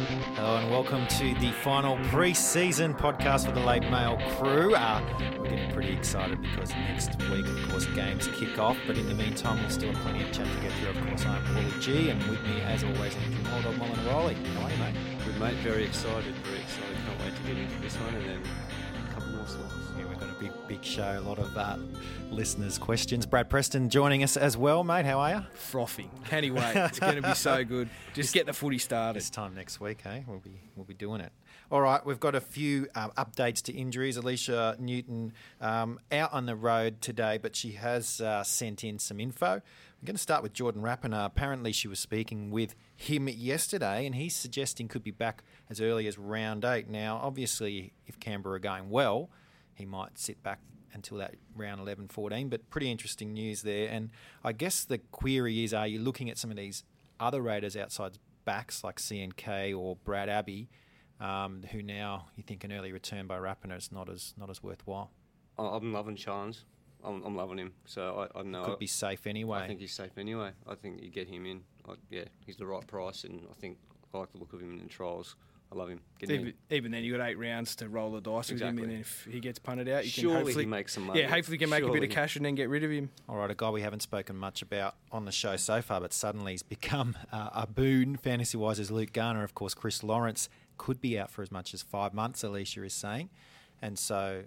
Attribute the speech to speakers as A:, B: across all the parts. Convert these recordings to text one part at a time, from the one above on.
A: and welcome to the final pre-season podcast for the Late Mail crew. Uh, we're getting pretty excited because next week, of course, games kick off. But in the meantime, we'll still have plenty of chat to get through. Of course, I'm Paulie G, and with me, as always, Andrew Mulder, Mullen Rowley. How are you, mate?
B: Good mate, very excited, very excited. Can't wait to get into this one and then a couple more slots.
A: Yeah, we've got a big, big show. A lot of uh, listeners' questions. Brad Preston joining us as well, mate. How are you?
C: frothing. Can he wait? It's going to be so good. Just get the footy started.
A: This time next week, hey, we'll be we'll be doing it. All right, we've got a few um, updates to injuries. Alicia Newton um, out on the road today, but she has uh, sent in some info. I'm going to start with Jordan Rapiner. Apparently, she was speaking with him yesterday, and he's suggesting could be back as early as round eight. Now, obviously, if Canberra are going well, he might sit back until that round 11 14 but pretty interesting news there and i guess the query is are you looking at some of these other raiders outside backs like cnk or brad abbey um, who now you think an early return by Rapiner is not as not as worthwhile
B: I- I'm loving Chines. I'm, I'm loving him. So I, I know.
A: could be safe anyway
B: Uh, I think he's safe anyway. I think you get him in. I, yeah, he's the right price, and I think I like the look of him in the trials. I love him. Get him
C: Even, even then, you got eight rounds to roll the dice with him,
B: Exactly.
C: and then if he gets punted out, you
B: Surely
C: can
B: he
C: hopefully
B: makes some money.
C: Yeah, hopefully you can make a
B: Surely.
C: bit of cash and then get rid of him.
A: All right, a guy we haven't spoken much about on the show so far, but suddenly he's become uh, a boon fantasy wise is Luke Garner. Of course, Chris Lawrence could be out for as much as five months, Alicia is saying. And so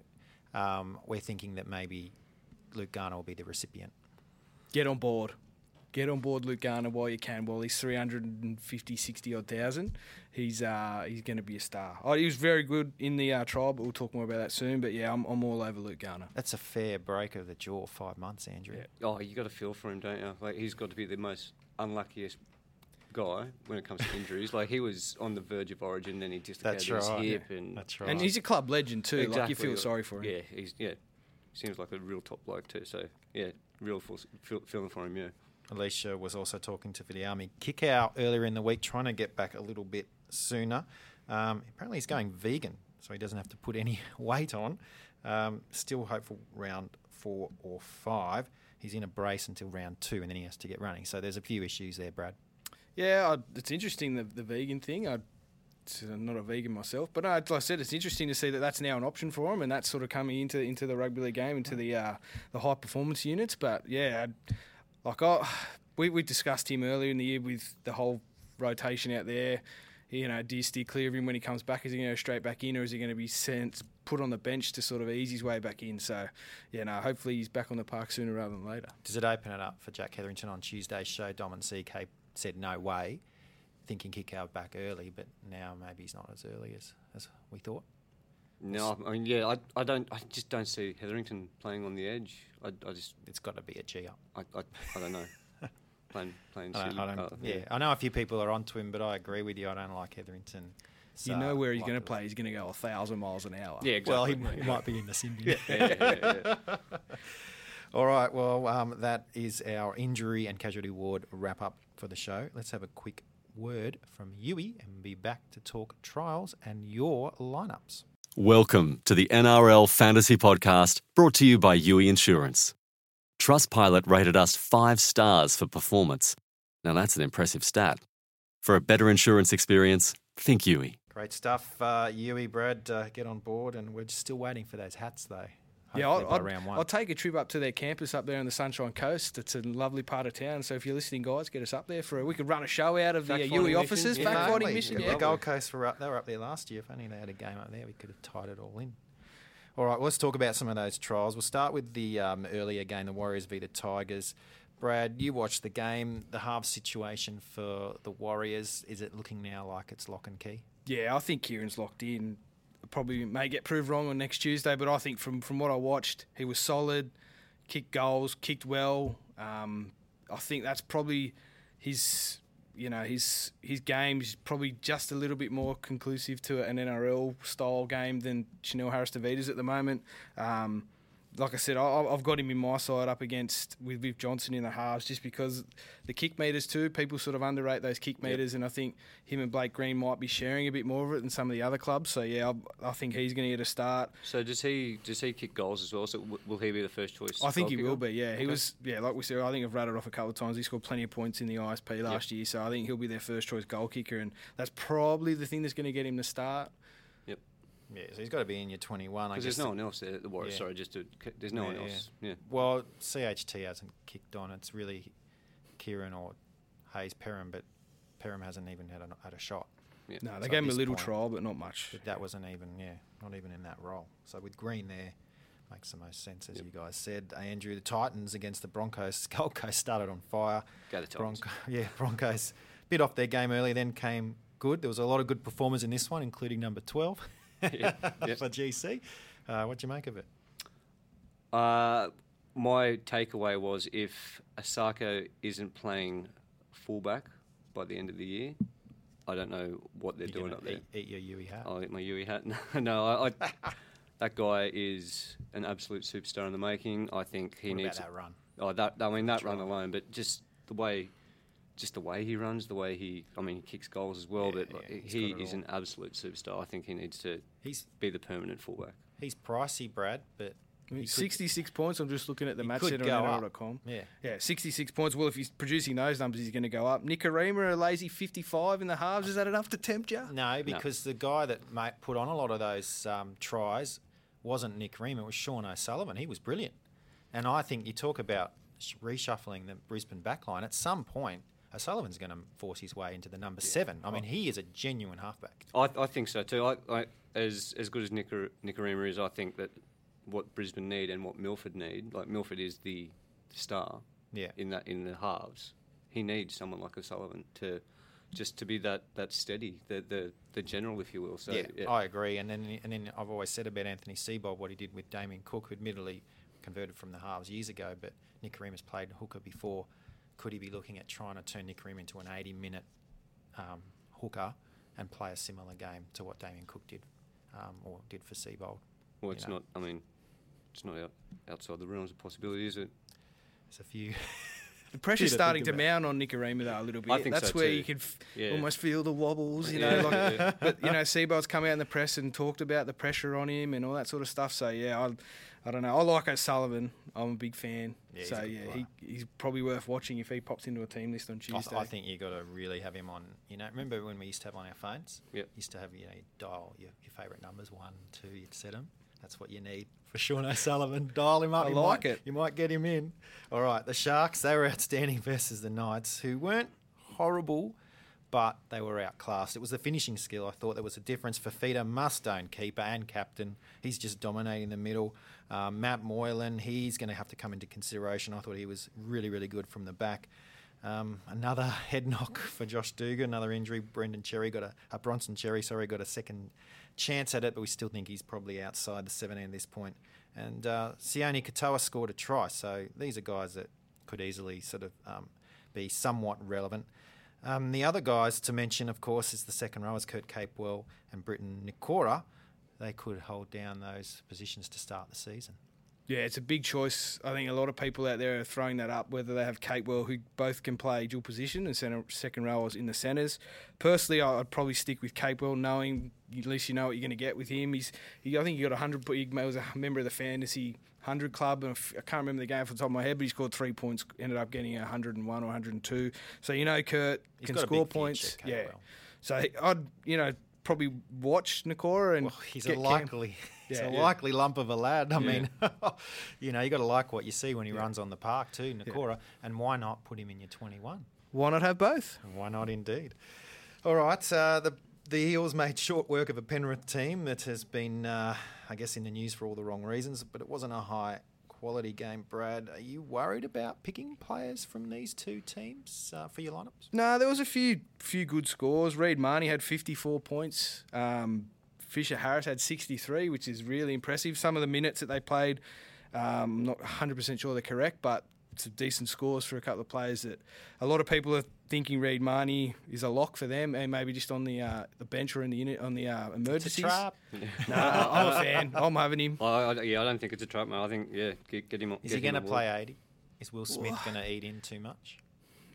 A: um, we're thinking that maybe Luke Garner will be the recipient.
C: Get on board. Get on board Luke Garner while you can. While he's 350, 60 odd thousand, he's uh, he's going to be a star. Oh, he was very good in the uh, trial, but we'll talk more about that soon. But yeah, I'm, I'm all over Luke Garner.
A: That's a fair break of the jaw, five months, Andrew.
C: Yeah.
B: in. Oh, you got to feel for him, don't you? Like he's got to be the most unluckiest guy when it comes to injuries. like he was on the verge of Origin, then he dislocated
A: That's right.
B: his hip, and
A: That's right.
C: And he's a club legend too. Like you
B: Exactly,
C: feel sorry for him.
B: Yeah, he's yeah, seems like a real top bloke too. So yeah, real full, feel, feeling for him. Yeah,
A: Alicia was also talking to Vidiami Kikau earlier in the week, trying to get back a little bit sooner. Um, apparently, he's going vegan, so he doesn't have to put any weight on. Um, still hopeful round four or five. He's in a brace until round two, and then he has to get running. So there's a few issues there, Brad.
C: Yeah, I, it's interesting the the vegan thing. I, it's- I'm not a vegan myself, but no, it's- like I said, it's interesting to see that that's now an option for him, and that's sort of coming into into the rugby league game, into the uh, the high performance units. But yeah, I- like I, we we discussed him earlier in the year with the whole rotation out there. You know, do you steer clear of him when he comes back? Is he going to go straight back in, or is he going to be sent put on the bench to sort of ease his way back in? So, yeah, no, hopefully he's back on the park sooner rather than later.
A: Does it open it up for Jack Hetherington on Tuesday's show? Dom and CK said no way, thinking Kikau back early, but now maybe he's not as early as, as we thought.
B: no, I mean yeah, I, I don't, I just don't see Hetherington playing on the edge. I, I just,
A: It's got to be a G up.
B: I, I, I don't know. Plain, plain.
A: I don't,
B: silly.
A: I don't,
B: Uh,
A: yeah. I know a few people are onto him, but I agree with you. I don't like Hetherington.
C: You
A: So,
C: know where he's
A: like
C: going to
A: it.
C: play. He's going to go a thousand miles an hour.
B: Yeah, exactly.
A: Well, he, he might be in the Symbian.
B: yeah, yeah, yeah.
A: All right. Well, um, that is our injury and casualty ward wrap up for the show. Let's have a quick word from Yui and be back to talk trials and your lineups.
D: Welcome to the NRL Fantasy Podcast brought to you by UE Insurance. Trustpilot rated us five stars for performance. Now that's an impressive stat. For a better insurance experience, think UE.
A: Great stuff, uh, Yui, Brad. Uh, get on board, and we're just still waiting for those hats, though. Hopefully
C: Yeah, I'll,
A: by
C: I'll,
A: round one.
C: I'll take a trip up to their campus up there on the Sunshine Coast. It's a lovely part of town. So if you're listening, guys, get us up there for a, we could run a show out of the uh, UE
B: Fact-finding mission,
C: offices.
B: yeah.
C: Fact finding
B: Lovely.
C: mission.
A: The
C: Yeah.
A: Gold Coast were up. They were up there last year. If only they had a game up there, we could have tied it all in. All right, well, let's talk about some of those trials. We'll start with the um, earlier game, the Warriors v the Tigers. Brad, you watched the game. The half situation for the Warriors is it looking now like it's lock and key?
C: Yeah, I think Kieran's locked in. Probably may get proved wrong on next Tuesday, but I think from from what I watched, he was solid, kicked goals, kicked well. Um, I think that's probably his, you know, his his game's probably just a little bit more conclusive to an NRL style game than Chanel Harris Davidas at the moment. Um, like I said, I, I've got him in my side up against with, with Johnson in the halves just because the kick meters too. People sort of underrate those kick meters, and I think him and Blake Green might be sharing a bit more of it than some of the other clubs. So yeah, I, I think he's going to get a start.
B: So does he does he kick goals as well? So w- will he be the first choice?
C: I think
B: goal
C: he
B: kicker?
C: will be. Yeah, he was. Yeah, like we said, I think I've rattled off a couple of times. He scored plenty of points in the ISP last year, so I think he'll be their first choice goal kicker, and that's probably the thing that's going to get him to start.
B: Yep.
A: Yeah, so he's got to be in your 21. I
B: Because
A: guess
B: there's no one else there at the Warriors.
A: Yeah.
B: Sorry, just to, there's no one
A: Yeah,
B: else. Yeah.
A: Well, CHT hasn't kicked on. It's really Kieran or Hayes Perham, but Perham hasn't even had a, had a shot.
B: Yeah.
C: No, they
A: So at
C: gave him a
A: this
C: little
A: point-
C: trial, but not much.
A: But that wasn't even, yeah, not even in that role. So with Green there, makes the most sense, as you guys said. Andrew, the Titans against the Broncos. Gold Coast started on fire.
B: Go the Titans.
A: Bronco- yeah, Broncos bit off their game early, then came good. There was a lot of good performers in this one, including number 12
B: Yeah, yeah.
A: for GC. Uh, what do you make of it?
B: Uh, my takeaway was if Asako isn't playing fullback by the end of the year, I don't know what they're
A: You're
B: doing
A: gonna
B: up there. Oh,
A: eat, eat your Yui hat.
B: I'll get my Yui hat. No, no I, I, that guy is an absolute superstar in the making. I think he
A: what about
B: needs.
A: that run?
B: Oh, that I mean that run alone, but just the way, just the way he runs, the way he, I mean, he kicks goals as well.
A: Yeah,
B: but like,
A: yeah, he's
B: he
A: got it
B: is
A: all.
B: an absolute superstar. I think he needs to
A: He's
B: be the permanent fullback.
A: he's pricey, Brad, but
C: I mean,
A: he could-
C: 66 points. I'm just looking at the
A: he
C: match
A: could
C: set
A: go
C: on
A: up.
C: NRL.com.
A: Yeah.
C: Yeah, 66 points. Well, if he's producing those numbers, he's going to go up. Nicarima, a lazy 55 in the halves. Is that enough to tempt you?
A: No, because the guy that mate put on a lot of those um, tries wasn't Nick Ream, it was Sean O'Sullivan. He was brilliant. And I think you talk about sh- reshuffling the Brisbane backline. At some point, O'Sullivan's going to force his way into the number seven. I mean, he is a genuine halfback.
B: I, I think so too. I, I, as as good as Nicar- Nicarima is, I think that what Brisbane need and what Milford need, like Milford is the star
A: Yeah.
B: in that in the halves. He needs someone like O'Sullivan to just to be that, that steady, the, the the general, if you will. So
A: yeah, I agree. And then and then I've always said about Anthony Seabold what he did with Damien Cook, who admittedly converted from the halves years ago, but Nick Karim has played hooker before. Could he be looking at trying to turn Nick Karim into an 80 minute um, hooker and play a similar game to what Damien Cook did um, or did for Seabold?
B: well,
A: you
B: it's
A: know.
B: not. I mean, it's not out, outside the realms of possibility, is it?
A: There's a few.
C: The pressure's
A: Shit to
C: starting to
A: think
C: mount on Nicarima though a little bit.
B: I think
C: That's
B: so
C: where
B: too.
C: you can f-
B: Yeah.
C: almost feel the wobbles, you
B: Yeah.
C: know. Like,
B: Yeah.
C: But you know, Seabold's come out in the press and talked about the pressure on him and all that sort of stuff. So yeah, I, I don't know. I like O'Sullivan. I'm a big fan.
A: Yeah, he's a
C: so
A: good
C: yeah,
A: player.
C: he, he's probably worth watching if he pops into a team list on
A: I,
C: Tuesday.
A: th- I think you got to really have him on. You know, remember when we used to have on our phones?
B: Yep.
A: Used to have you know you dial your, your favourite numbers one two. You'd set them. That's what you need for Sean O'Sullivan. Dial him up.
C: I
A: you
C: like
A: might,
C: it.
A: You might get him in. All right, the Sharks they were outstanding versus the Knights, who weren't horrible, but they were outclassed. It was the finishing skill I thought that was the difference. Fafita must own keeper and captain. He's just dominating the middle. Um, Matt Moylan, he's going to have to come into consideration. I thought he was really really good from the back. Um, another head knock for Josh Dugan, another injury. Brendan Cherry got a, uh, Bronson Cherry, sorry, got a second chance at it, but we still think he's probably outside the 17 at this point. And uh, Sione Katoa scored a try, so these are guys that could easily sort of um, be somewhat relevant. Um, the other guys to mention, of course, is the second rowers Kurt Capewell and Britton Nikora. They could hold down those positions to start the season.
C: Yeah, it's a big choice. I think a lot of people out there are throwing that up, whether they have Capewell, who both can play dual position and center, second rowers in the centres. Personally, I- I'd probably stick with Capewell, knowing at least you know what you're going to get with him. He's, he, I think he got 100, but he was a member of the Fantasy 100 Club, and I f- I can't remember the game off the top of my head, but he scored three points, ended up getting 101 or 102. So, you know, Kurt
A: He's
C: can
A: got a
C: score
A: big future,
C: points. yeah.
A: Capewell.
C: So, I'd, you know, probably watch Nakora and
A: Well, he's
C: get
A: a
C: Cam-
A: likely, he's
C: Yeah,
A: a
C: yeah.
A: likely lump of a lad. I mean, you know, you got to like what you see when he runs on the park too, Nakora. And why not put him in your twenty-one?
C: Why not have both?
A: Why not, indeed? All right, uh, the the Eels made short work of a Penrith team that has been, uh, I guess, in the news for all the wrong reasons. But it wasn't a high quality game. Brad, are you worried about picking players from these two teams uh, for your lineups?
C: No, there was a few few good scores. Reid Marnie had 54 points. Um, Fisher Harris had 63, which is really impressive. Some of the minutes that they played, um, I'm not 100% sure they're correct, but some decent scores for a couple of players that a lot of people are thinking Reed Marnie is a lock for them, and maybe just on the uh, the bench or in the unit on the uh, emergencies.
A: Trap.
C: Nah, I'm a fan. I'm having him.
B: I, I, yeah, I don't think it's a trap, mate. I think yeah, get, get him.
A: Is
B: get
A: he
B: him
A: going to
B: on board.
A: play 80? Is Will Smith going to eat in too much?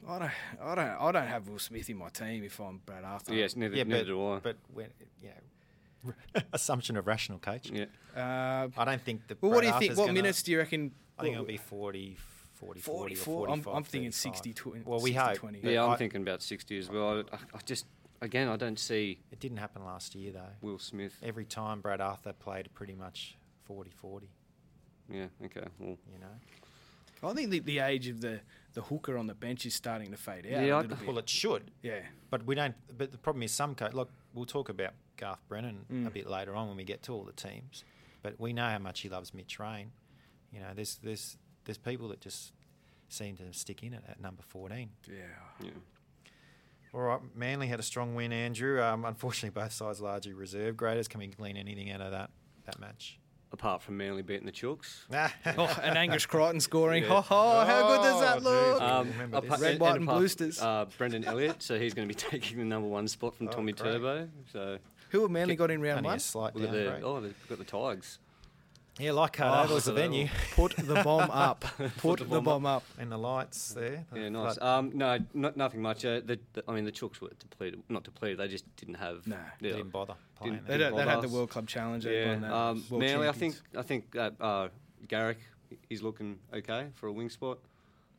C: I don't, I don't, I don't have Will Smith in my team if I'm Brad Arthur.
B: Yes, neither,
A: yeah,
B: neither
A: but,
B: do I.
A: but when, you know, assumption of rational coach.
B: yeah,
C: Uh,
A: I don't think the.
C: well, what do you
A: Brad
C: think?
A: Arthur's
C: What
A: gonna-
C: minutes do you reckon?
A: I think it'll
C: what-
A: be 40, 40, 40 or
C: 44? I'm-
A: 45.
C: I'm thinking
A: 35.
C: 60, twen-
A: Well, we
C: 60,
A: hope.
C: 20.
A: but
B: yeah. I'm
A: I-
B: thinking about sixty as well. I, I just again, I don't see
A: It didn't happen last year, though.
B: Will Smith.
A: Every time Brad Arthur played pretty much 40 40,
B: Yeah, okay. Well,
A: you know?
C: I think the, the age of the, the hooker on the bench is starting to fade out.
B: Yeah,
C: a
B: I-
C: little bit.
A: Well, it should.
C: yeah.
A: But we don't. But the problem is, some coach. Look, we'll talk about Garth Brennan a bit later on when we get to all the teams. But we know how much he loves Mitch Rain. You know, there's there's there's people that just seem to stick in it at number 14.
C: Yeah.
B: yeah.
A: All right, Manly had a strong win, Andrew. Um, unfortunately, both sides largely reserve graders. Can we glean anything out of that that match?
B: Apart from Manly beating the Chooks.
C: Oh, and Angus Crichton scoring. Ho
B: Yeah.
C: ho, how good does
A: Oh,
C: that look?
A: geez.
B: Um,
A: Remember
B: apa-
A: this.
C: Red,
B: and-
C: white,
B: and
C: and
B: apart-
C: blusters.
B: Uh, Brendan Elliott, so he's going to be taking the number one spot from
A: Oh,
B: Tommy
A: great.
B: Turbo. So
C: Who have Manly got in round
A: Only a
C: one?
A: slight
B: look at
A: downgrade.
B: the oh, they've got the Tigers.
A: Yeah, Leichhardt
B: Oh,
A: Oval's the
B: so they're
A: venue.
C: Put the bomb up. Put the bomb up.
A: And the lights there.
C: Oh,
A: the
B: Yeah, nice.
A: flood-
B: Um, no, not, nothing much. Uh, the, the, I mean, the Chooks were depleted, not depleted. They just didn't have.
C: No,
A: they
B: yeah.
A: didn't bother playing
B: Didn't-
C: They,
A: there.
C: don't, they had the
B: Bolas.
C: World Club Challenge. they won that.
B: Yeah. Um,
C: World
B: Manly, I think
C: champions.
B: I think that uh, Garrick is looking okay for a wing spot,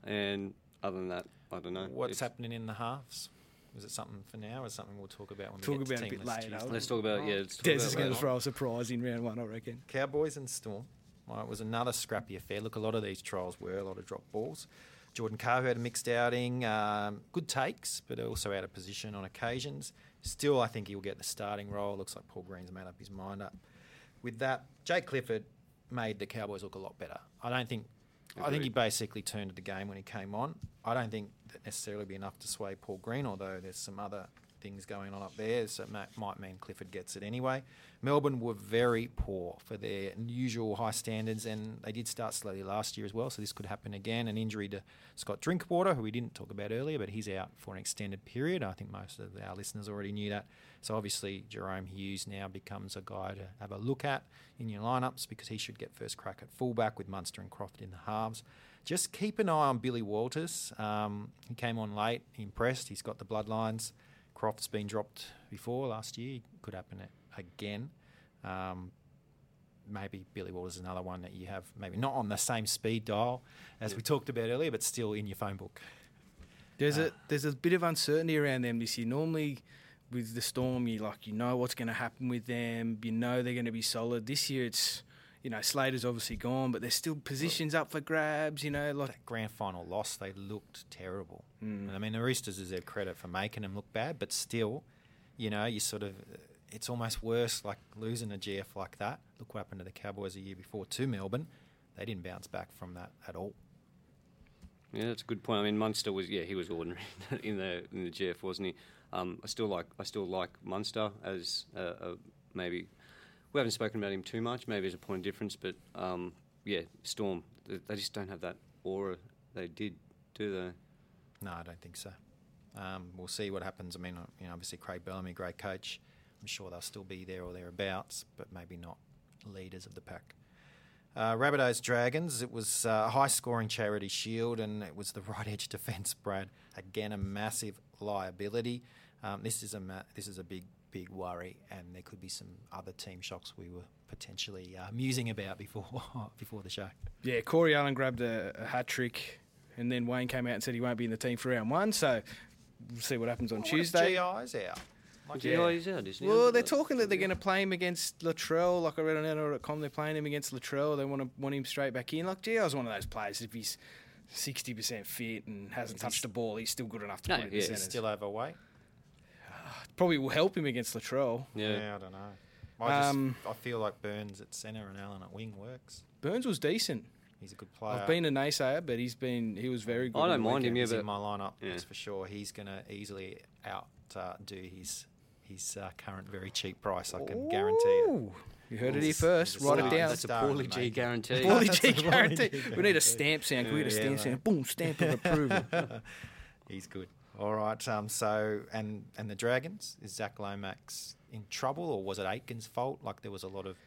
B: and other than that, I don't know.
A: What's
B: It's-
A: happening in the halves? Is it something for now or something we'll talk about when
C: Talk
A: we get
C: about
A: to
C: it a
A: team
C: bit
A: lists
C: later.
A: Tuesday?
B: Let's talk about yeah. Let's talk
C: Des
B: about
C: is
B: that
C: going to
B: later.
C: throw a surprise in round one, I reckon.
A: Cowboys and Storm. Well, it was another scrappy affair. Look, a lot of these trials were a lot of drop balls. Jordan Carr who had a mixed outing, um, good takes, but also out of position on occasions. Still, I think he'll get the starting role. Looks like Paul Green's made up his mind up. With that, Jake Clifford made the Cowboys look a lot better. I don't think. I think he
B: Agreed.
A: basically turned the game when he came on. I don't think that necessarily be enough to sway Paul Green, although there's some other things going on up there, so that might mean Clifford gets it anyway. Melbourne were very poor for their usual high standards, and they did start slowly last year as well, so this could happen again. An injury to Scott Drinkwater, who we didn't talk about earlier, but he's out for an extended period. I think most of our listeners already knew that. So obviously, Jerome Hughes now becomes a guy to have a look at in your lineups because he should get first crack at fullback with Munster and Croft in the halves just keep an eye on Billy Walters. Um, he came on late, impressed. He's got the bloodlines. Croft's been dropped before last year. Could happen a- again. Um, maybe Billy Walters is another one that you have, maybe not on the same speed dial as we talked about earlier, but still in your phone book.
C: There's a there's a bit of uncertainty around them this year. Normally, with the storm, you like you know what's going to happen with them. You know they're going to be solid. This year, it's you know Slater's obviously gone, but there's still positions up for grabs. You know, like
A: That grand final loss, they looked terrible. I mean, the Roosters is their credit for making them look bad, but still, you know, you sort of, it's almost worse like losing a GF like that. Look what happened to the Cowboys a year before to Melbourne. They didn't bounce back from that at all.
B: Yeah, that's a good point. I mean, Munster was yeah, he was ordinary in the in the GF, wasn't he? Um, I still like I still like Munster as uh, uh, maybe we haven't spoken about him too much. Maybe as a point of difference, but um, yeah, Storm they, they just don't have that aura they did, do they?
A: No, I don't think so. Um, we'll see what happens. I mean, uh, you know, obviously Craig Bellamy, great coach. I'm sure they'll still be there or thereabouts, but maybe not leaders of the pack. Uh, Rabbitohs Dragons. It was uh, a high-scoring charity shield, and it was the right edge defence. Brad again a massive liability. Um, this is a ma- this is a big big worry, and there could be some other team shocks we were potentially uh, musing about before before the show.
C: yeah, Corey Allen grabbed a, a hat trick, and then Wayne came out and said he won't be in the team for round one. So we'll see what happens on Tuesday.
A: GI's out. Like,
B: Yeah,
C: Yeah.
B: he's out, isn't he?
C: Well, they're talking that they're going to play him against Latrell. Like I read on NRL.com, they're playing him against Latrell. They want to want him straight back in. Like, gee, I was one of those players. If he's sixty percent fit and hasn't touched the ball, he's still good enough to
B: No,
C: put in
B: yeah,
C: the
B: he's
C: centres.
A: still overweight.
C: Probably will help him against Latrell.
A: Yeah,
B: Yeah,
A: I don't know. I just
C: Um,
A: I feel like Burns at centre and Allen at wing works.
C: Burns was decent.
A: He's a good player.
C: I've been a naysayer, but he's been he was very good.
B: I
C: on
B: don't
C: the
B: mind him.
C: weekend.
B: Yeah,
A: He's
B: but
A: in my lineup,
B: Yeah.
A: that's for sure. He's going to easily outdo uh, his his uh, current very cheap price. I can guarantee it.
C: Ooh, you heard it here
A: He's-
C: first.
A: he's a
C: Write it
A: star.
C: down.
B: That's a
A: Starring,
B: poorly G
A: mate.
B: guarantee.
C: Paulie
A: That's
C: G
A: a Paulie
C: guarantee.
A: G
C: We need a stamp sound. We need a
A: Yeah,
C: stamp
A: mate.
C: sound. Boom, stamp of approval.
A: He's good. All right. Um. So and and the Dragons is Zach Lomax in trouble or was it Aitken's fault? Like there was a lot of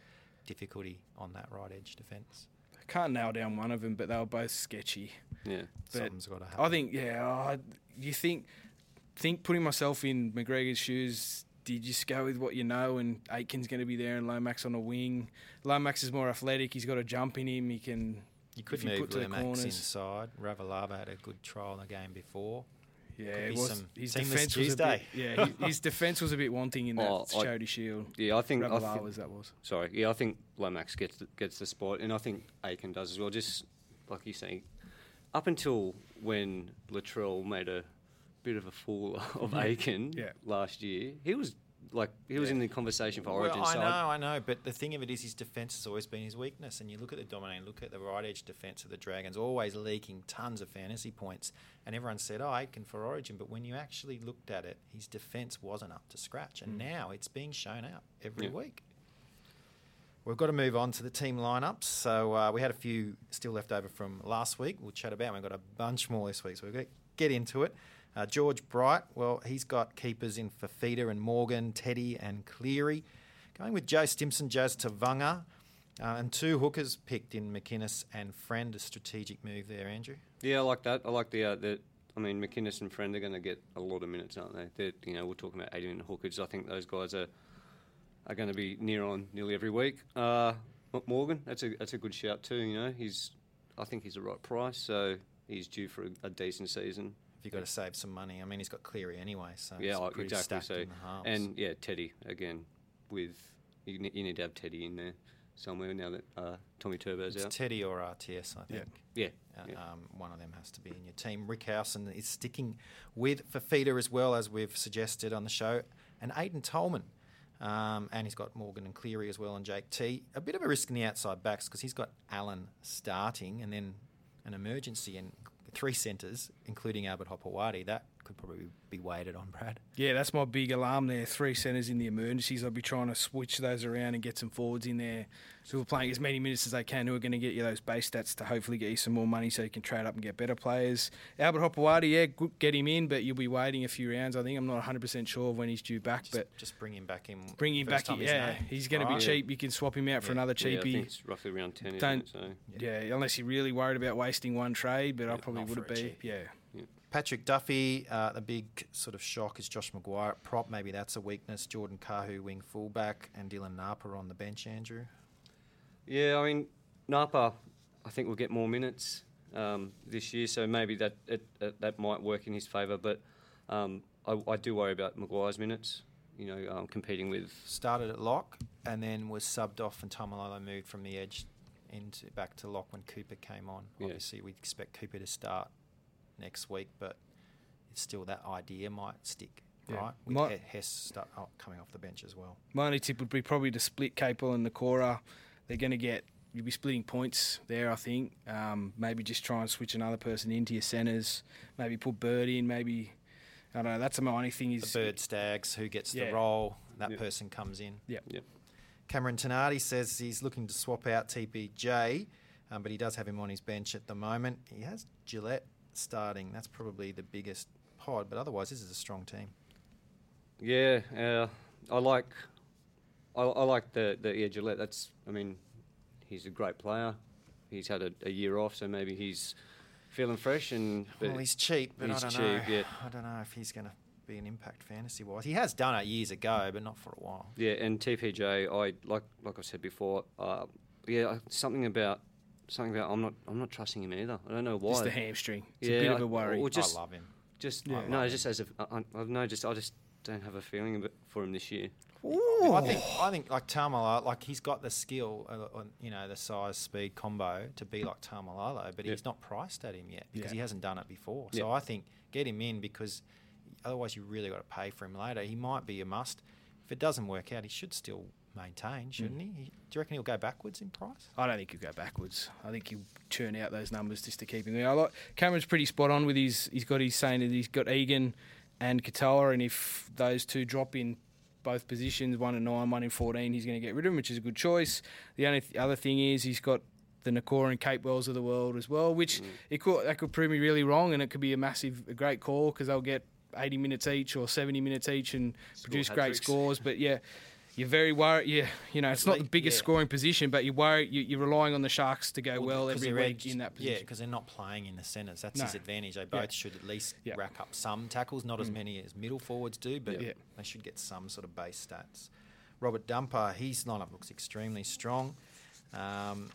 A: difficulty on that right edge defence.
C: Can't nail down one of them, but they were both sketchy.
B: yeah.
C: But
A: Something's got to happen.
C: I think, yeah, I you think, think putting myself in McGregor's shoes, did you just go with what you know? And Aitken's going to be there, and Lomax on the wing. Lomax is more athletic. He's got a jump in him. He can.
A: you could
C: if you
A: move
C: put to the
A: Lomax
C: corners-
A: inside. Ravalava had a good trial in the game before.
C: Yeah,
A: Could
C: it
A: be
C: was,
A: some
C: his
A: seamless
C: defense was a bit,
A: Tuesday.
C: Yeah, his, his defense was a bit wanting in that
B: Oh, I-
C: Chody Shield.
B: Yeah, I think. I
C: Rabalawa's
B: thi-
C: that was.
B: sorry. Yeah, I think Lomax gets the, gets the spot, and I think Aiken does as well. Just like you're saying, up until when Latrell made a bit of a fool of
A: Mm-hmm.
B: Aiken
C: Yeah.
B: last year, he was like he was in the conversation for Origin.
A: Well, I
B: so
A: know,
B: I'd-
A: I know, but the thing of it is, his defence has always been his weakness. And you look at the dominating, look at the right edge defence of the Dragons, always leaking tons of fantasy points. And everyone said, "Oh, Aitken for Origin," but when you actually looked at it, his defence wasn't up to scratch, and now it's being shown out every
B: Yeah.
A: week. We've got to move on to the team lineups. So uh, we had a few still left over from last week. We'll chat about. 'em. We've got a bunch more this week, so we're going to get into it. Uh, George Bright, well, he's got keepers in Fafita and Morgan, Teddy and Cleary. Going with Joe Stimson, Jazz Tavanga, uh, and two hookers picked in McInnes and Friend. A strategic move there, Andrew.
B: Yeah, I like that. I like the uh, the. I mean, McInnes and Friend are going to get a lot of minutes, aren't they? They're, you know, we're talking about 80 minute hookers. I think those guys are are going to be near on nearly every week. Uh, M- Morgan, that's a that's a good shout too. You know, he's I think he's the right price, so he's due for a, a decent season.
A: If you've got to save some money, I mean, he's got Cleary anyway, so
B: yeah,
A: it's
B: I-
A: pretty
B: exactly.
A: stacked
B: So
A: in the halves.
B: and yeah, Teddy again with you, ne- you need to have Teddy in there somewhere now that uh, Tommy Turbo's
A: it's
B: out.
A: Teddy or RTS, I think.
B: yeah,
A: Uh,
B: yeah.
A: Um, one of them has to be in your team. Rick Howson is sticking with Fafita as well, as we've suggested on the show, and Aidan Tolman. Um, and he's got Morgan and Cleary as well, and Jake T. A bit of a risk in the outside backs because he's got Allen starting and then an emergency and three centres, including Albert Hopawadi. That could probably be weighted on, Brad.
C: Yeah, that's my big alarm there. Three centres in the emergencies. I'll be trying to switch those around and get some forwards in there. So we're playing as many minutes as they can who are going to get you those base stats to hopefully get you some more money so you can trade up and get better players. Albert Hopewadi, yeah, good, get him in, but you'll be waiting a few rounds. I think I'm not 100% sure of when he's due back,
A: Just,
C: but
A: just bring him back in.
C: bring him
A: first time
C: back. in.
A: he's
C: Yeah,
A: named.
C: he's going to
A: Right.
C: be cheap. You can swap him out for another
B: Yeah, I think
C: cheapie.
B: it's roughly around 10 isn't
C: Don't-
B: it? So.
C: Yeah, unless you're really worried about wasting one trade, but I probably
A: not
C: would
A: for a
C: have be.
A: cheap.
C: Yeah.
A: Patrick Duffy, uh, the big sort of shock is Josh Maguire at prop. Maybe that's a weakness. Jordan Kahu, wing fullback, and Dylan Napa on the bench, Andrew.
B: Yeah, I mean, Napa, I think will get more minutes um, this year, so maybe that it, it, that might work in his favour. But um, I, I do worry about Maguire's minutes. You know, um, competing with
A: Started at lock and then was subbed off, and Tomalolo moved from the edge into back to lock when Cooper came on.
B: Yeah.
A: Obviously, we expect Cooper to start next week, but it's still that idea might stick,
C: Yeah.
A: right? With
C: Might-
A: He- Hess start, oh, coming off the bench as well.
C: My only tip would be probably to split Capel and Nakora. They're going to get you'll be splitting points there, I think. Um, maybe just try and switch another person into your centres. Maybe put Bird in. Maybe I don't know. That's my only thing
A: The
C: is
A: bird stags, who gets
C: Yeah.
A: the role, that
B: Yeah.
A: person comes in.
B: yeah,
A: Cameron Tenardi says he's looking to swap out TPJ, um, but he does have him on his bench at the moment. He has Gillette starting. That's probably the biggest pod, but otherwise, this is a strong team.
B: yeah. Uh, I like I, I like the the yeah, Gillette. That's I mean, he's a great player. He's had a, a year off, so maybe he's feeling fresh and. but-
A: well, he's cheap, but
B: he's
A: I don't
B: cheap,
A: know.
B: yeah.
A: I don't know if he's going to be an impact fantasy wise. He has done it years ago, but not for a while.
B: Yeah, and TPJ, I like like I said before, uh, yeah, I- something about something about I'm not I'm not trusting him either. I don't know why.
C: just the hamstring. It's
B: Yeah,
C: a bit of
B: I-
C: a worry.
B: or just
A: I love him.
B: just
A: I
B: no,
A: love
B: just as a I, I, no, just I just don't have a feeling about, for him this year.
A: I think I think like Tamalolo, like he's got the skill, uh, on, you know, the size, speed combo to be like Tamalolo, but
B: Yeah.
A: he's not priced at him yet because
C: Yeah.
A: he hasn't done it before. So
B: Yeah.
A: I think get him in because otherwise you really got to pay for him later. He might be a must. If it doesn't work out, he should still maintain, shouldn't
B: Mm.
A: he? he? Do you reckon he'll go backwards in price?
C: I don't think he'll go backwards. I think he'll churn out those numbers just to keep him there. I like Cameron's pretty spot on with his. He's got his saying that he's got Egan and Katoa, and if those two drop in both positions, one in nine, one in fourteen. He's going to get rid of him, which is a good choice. The only th- other thing is he's got the Nakora and Cape Wells of the world as well, which it could that could prove me really wrong, and it could be a massive, a great call because they'll get eighty minutes each or seventy minutes each and produce great
B: hat-tricks.
C: scores. But yeah. You're very worried. Yeah, you know it's not the biggest
A: yeah.
C: scoring position, but you worry you, you're relying on the Sharks to go well, every week in that
A: Yeah,
C: position.
A: because they're not playing in the centres. That's
C: No.
A: his advantage. They both should at least
C: Yeah. Mm.
A: rack up some tackles, not as many as middle forwards do, but
C: Yeah.
A: they should get some sort of base stats. Robert Dumper, his lineup looks extremely strong. Um,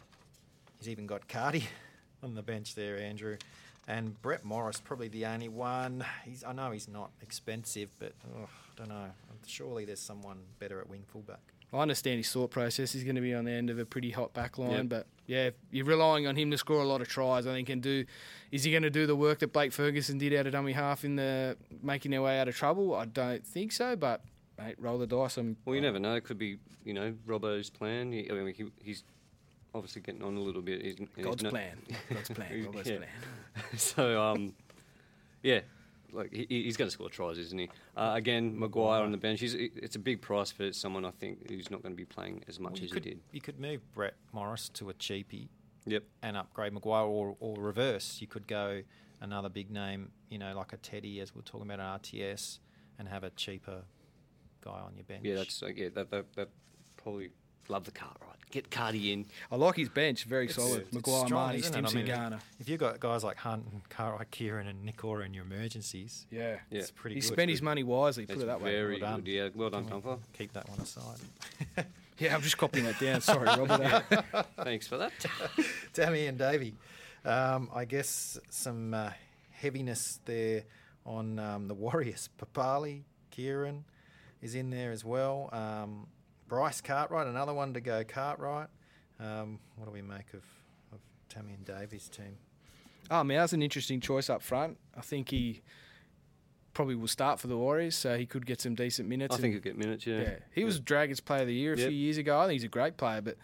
A: he's even got Cardi on the bench there, Andrew. And Brett Morris, probably the only one. He's, I know he's not expensive, but oh, I don't know. Surely there's someone better at wing fullback.
C: I understand his thought process. He's going to be on the end of a pretty hot back line,
B: Yep.
C: but yeah, if you're relying on him to score a lot of tries. I think and do is he going to do the work that Blake Ferguson did out of dummy half in the making their way out of trouble? I don't think so, but mate, roll the dice. I'm,
B: Well, you never know. It could be, you know, Robbo's plan. He, I mean, he, he's obviously getting on a little bit. He's, and he's
C: God's
B: no-
C: plan. God's plan. God's
B: Yeah.
C: plan.
B: so, um, yeah, like he, he- he's going to score tries, isn't he? Uh, again, Maguire on the bench. He's, it- it's a big price for someone I think who's not going to be playing as much
A: Well, you
B: as
A: could,
B: he did.
A: You could move Brett Morris to a cheapie
B: Yep.
A: and upgrade Maguire, or, or reverse. You could go another big name, you know, like a Teddy, as we're talking about an RTS, and have a cheaper guy on your bench.
B: Yeah, that's like, yeah, that, that, that probably love the cart, right? Get Cardi in.
C: I like his bench. Very
A: It's-
C: solid.
A: it's
C: Maguire,
A: strong,
C: Marty,
A: isn't it? I
C: Stimson,
A: mean, if-
C: Garner.
A: If you've got guys like Hunt and Karai Kieran and Nicora in your emergencies,
C: Yeah.
B: Yeah.
A: it's pretty
C: He
A: good.
C: spent his money wisely. Put
B: That's
C: it that way.
B: very
A: Well
B: good. Yeah, well done, Dumper.
A: Keep that one aside.
C: Yeah, I'm just copying that down. Sorry, Robert. Uh,
B: Thanks for that.
A: Tammy and Davey. Um, I guess some uh, heaviness there on um, the Warriors. Papali, Kieran is in there as well. Um, Bryce Cartwright, another one to go. Cartwright. Um, what do we make of, of Tammy and Davey's team?
C: Ah, Mao's an interesting choice up front. I think he probably will start for the Warriors, so he could get some decent minutes.
B: I think
C: and-
B: he'll get minutes,
C: yeah, he was Dragons Player of the Year a
B: Yep.
C: few years ago. I think he's a great player, but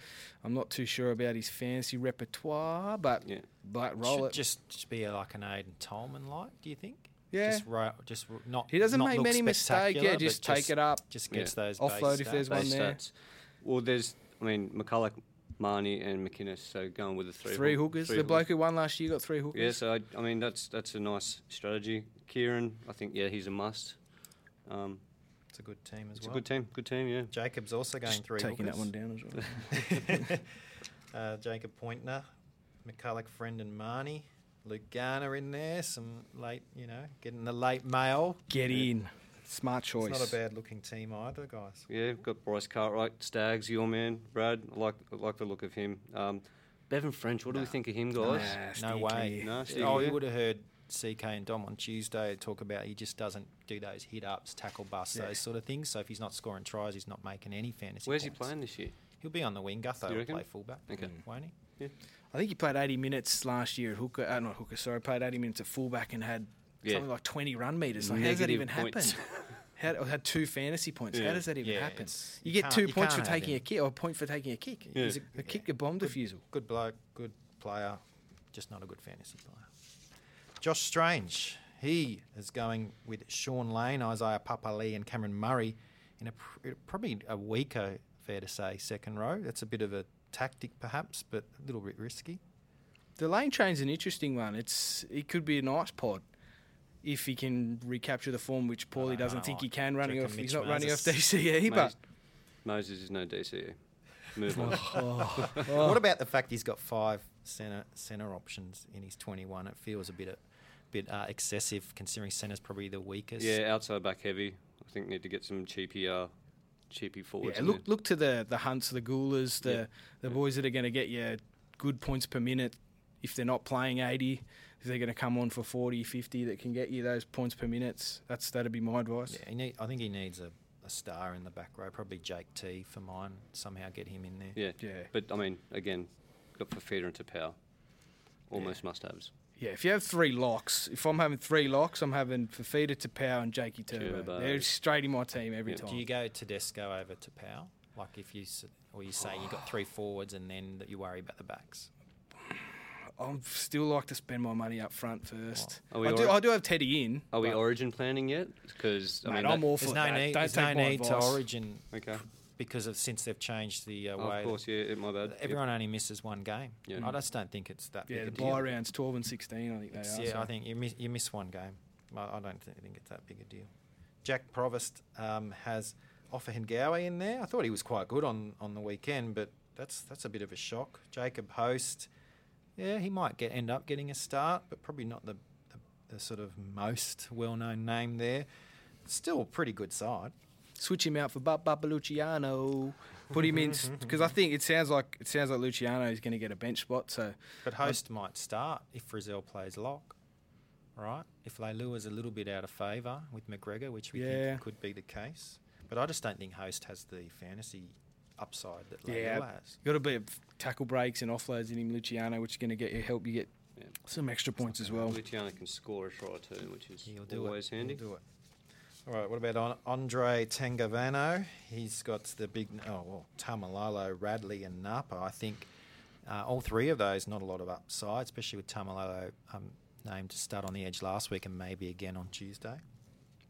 C: I'm not too sure about his fancy repertoire. But
B: Yeah.
C: like, roll
A: Should
C: it.
A: Just, just be like an Aiden Tolman like, do you think?
C: Yeah.
A: Just, ro- just ro- not.
C: He doesn't
A: not
C: make
A: look
C: many mistake,
A: spectacular,
C: yeah,
A: but
C: just take it up.
A: Just gets
B: Yeah.
A: those.
C: Offload
A: base
C: if there's
A: stats.
C: one
B: Base
C: there.
B: stats. Well, there's, I mean, McCulloch, Marnie, and McInnes. So going with the three.
C: three
B: hook-
C: hookers.
B: three
C: the bloke who won last year got three hookers.
B: Yeah, so I, I mean that's that's a nice strategy. Kieran, I think yeah, he's a must. Um,
A: It's a good team as
B: it's
A: well.
B: a good team. Good team, yeah.
A: Jacob's also going
C: Just
A: three.
C: taking that
A: hookers.
C: one down as well.
A: uh, Jacob Pointner, McCulloch, Friend, and Marnie. Luke Garner in there. Some late, you know, getting the late mail.
C: get in. Smart choice.
A: It's not a bad looking team either, guys.
B: Yeah, got Bryce Cartwright, Stags, your man, Brad. I like I like the look of him. Um, Bevan French, what do we think of him, guys?
A: No
C: Stick
A: way.
C: here.
B: No, stick
A: oh, you
B: here.
A: would have heard CK and Dom on Tuesday talk about he just doesn't do those hit ups, tackle busts,
C: Yeah.
A: those sort of things. So if he's not scoring tries, he's not making any fantasy.
B: Where's he
A: points.
B: playing this year?
A: He'll be on the wing. Gutho
B: You
A: will
B: reckon?
A: play fullback,
B: Okay.
A: won't he?
C: I think he played 80 minutes last year at hooker. Uh, not hooker, sorry. Played 80 minutes at fullback and had
B: Yeah.
C: something like 20 run meters. Like, how does that
B: Negative
C: even
B: points.
C: happen? How, or had two fantasy points. How
B: Yeah.
C: does that even
A: Yeah,
C: happen?
A: it's-
C: You
A: you
C: get
A: can't-
C: two
A: you
C: points for
A: can't have
C: taking a
A: him.
C: kick, or a point for taking a kick.
B: Yeah.
C: He's a, a kick, a bomb defusal.
A: Good bloke, good player, just not a good fantasy player. Josh Strange, he is going with Sean Lane, Isaiah Papali, and Cameron Murray in a pr- probably a weaker, fair to say, second row. That's a bit of a tactic, perhaps, but a little bit risky.
C: The lane train's an interesting one. It's it could be a nice pod if he can recapture the form, which Paulie
A: don't
C: doesn't
A: know.
C: think
A: I-
C: he can.
A: do you
C: Running
A: reckon
C: off, he's
A: Mitch
C: not running off
A: Moses-
C: DCE, but
B: Moses is no DCE. Move on.
C: Oh.
A: What about the fact he's got five center center options in his 21? It feels a bit a bit uh, excessive considering center's probably the weakest.
B: yeah, outside back heavy. I think need to get some cheapy, uh, cheapy forwards.
C: Yeah,
B: in
C: look
B: there.
C: look to the the hunts, the Goulas, the the boys that are going to get you good points per minute. If they're not playing 80, if they're going to come on for 40, 50, that can get you those points per minutes. That's that'd be my advice.
A: Yeah, he need, I think he needs a, a star in the back row, probably Jake T for mine. Somehow get him in there.
B: Yeah.
C: Yeah.
B: But I mean, again, got Fafita and Tapau. Almost must haves.
C: Yeah, if you have three locks, if I'm having three locks, I'm having Fafita, Tapau, and Jakey Turbo.
B: Turbo.
C: They're straight in my team every
B: Yeah.
C: time.
A: Do you go Tedesco over to Powell? Like if you s- or you say you got three forwards and then that you worry about the backs.
C: I'm still like to spend my money up front first.
B: Are we
C: I, do,
B: alright? Oh,
C: I do have Teddy in.
B: Are we
C: but-
B: origin planning yet? Because I
C: Mate,
B: mean,
C: I'm
B: that-
C: all for
A: There's no
C: that.
A: need.
C: Don't
A: There's no
C: take my
A: need to
C: advice.
A: Origin
B: okay.
A: because of since they've changed the uh,
B: Oh,
A: way.
B: of course, yeah, it, my bad. Yep.
A: Everyone only misses one game.
B: Yeah.
A: I just don't think it's that.
C: Yeah,
A: big
C: the
A: a deal.
C: buy rounds 12 and 16, I think they
A: It's-
C: are.
A: yeah,
C: so-
A: I think you miss, you miss one game. I, I don't think, think it's that big a deal. Jack Provost um, has Offa Hengawi in there. I thought he was quite good on, on the weekend, but that's that's a bit of a shock. Jacob Host, yeah, he might get end up getting a start, but probably not the, the, the sort of most well known name there. Still a pretty good side.
C: switch him out for Papa Luciano. Put him in
A: Mm-hmm.
C: because I think it sounds like it sounds like Luciano is going to get a bench spot. So
A: But Host might start if Frizzell plays lock, right? If Leilua is a little bit out of favour with McGregor, which we
C: Yeah.
A: think could be the case. But I just don't think Host has the fantasy upside that Leilua
C: Yeah.
A: has.
C: got to be a f- tackle breaks and offloads in him Luciano, which is going to get you help you get some extra points as well.
B: Luciano can score a try or two, which is
A: He'll do
B: always
A: it.
B: handy.
A: He'll do it. All right, what about on- Andre Tangavano? He's got the big, oh, well, Tamalolo, Radley, and Napa. I think uh, all three of those, not a lot of upside, especially with Tamalolo um, named to start on the edge last week and maybe again on Tuesday.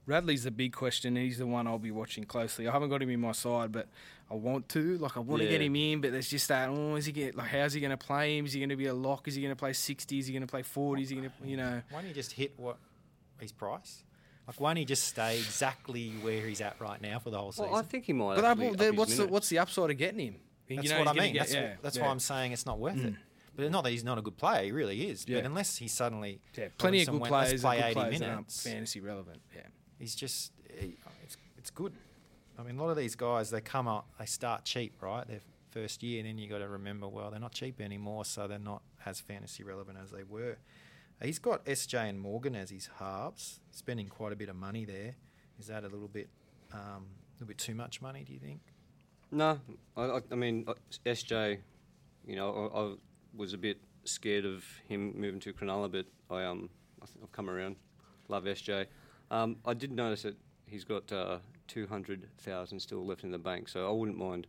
C: Radley's the big question. He's the one I'll be watching closely. I haven't got him in my side, but I want to. Like I want to get
B: Yeah.
C: him in, but there's just that. Oh, is he get like? How's he going to play him? Is he going to be a lock? Is he going to play sixty? Is he going to play forty? Is he going to you know?
A: Why don't you just hit what his price? Like, why don't he just stay exactly where he's at right now for the whole season?
B: Well, I think he might.
C: But I,
B: actually
C: well,
B: up
C: then
B: his
C: what's the,
B: minutes.
C: what's the upside of getting him? You
A: that's
C: know
A: what I
C: he's gonna
A: mean.
C: get-
A: that's
C: yeah,
A: that's
C: yeah. Mm.
A: why I'm saying it's not worth it. But not that he's not a good player, he really is.
C: Yeah.
A: But unless he suddenly,
C: Yeah, plenty of
A: Robinson
C: good
A: went,
C: players.
A: let's play
C: and good
A: 80
C: players that aren't
A: minutes.
C: fantasy relevant. Yeah,
A: He's just, he- it's, it's good. I mean, a lot of these guys, they come up, they start cheap, right? Their first year, and then you got to remember, well, they're not cheap anymore, so they're not as fantasy relevant as they were. He's got SJ and Morgan as his halves, spending quite a bit of money there. Is that a little bit, um, a little bit too much money? Do you think?
B: No, I, I, I mean uh, SJ. You know, I, I was a bit scared of him moving to Cronulla, but I um I think I've come around. Love SJ. Um, I did notice that he's got uh, two hundred thousand still left in the bank, so I wouldn't mind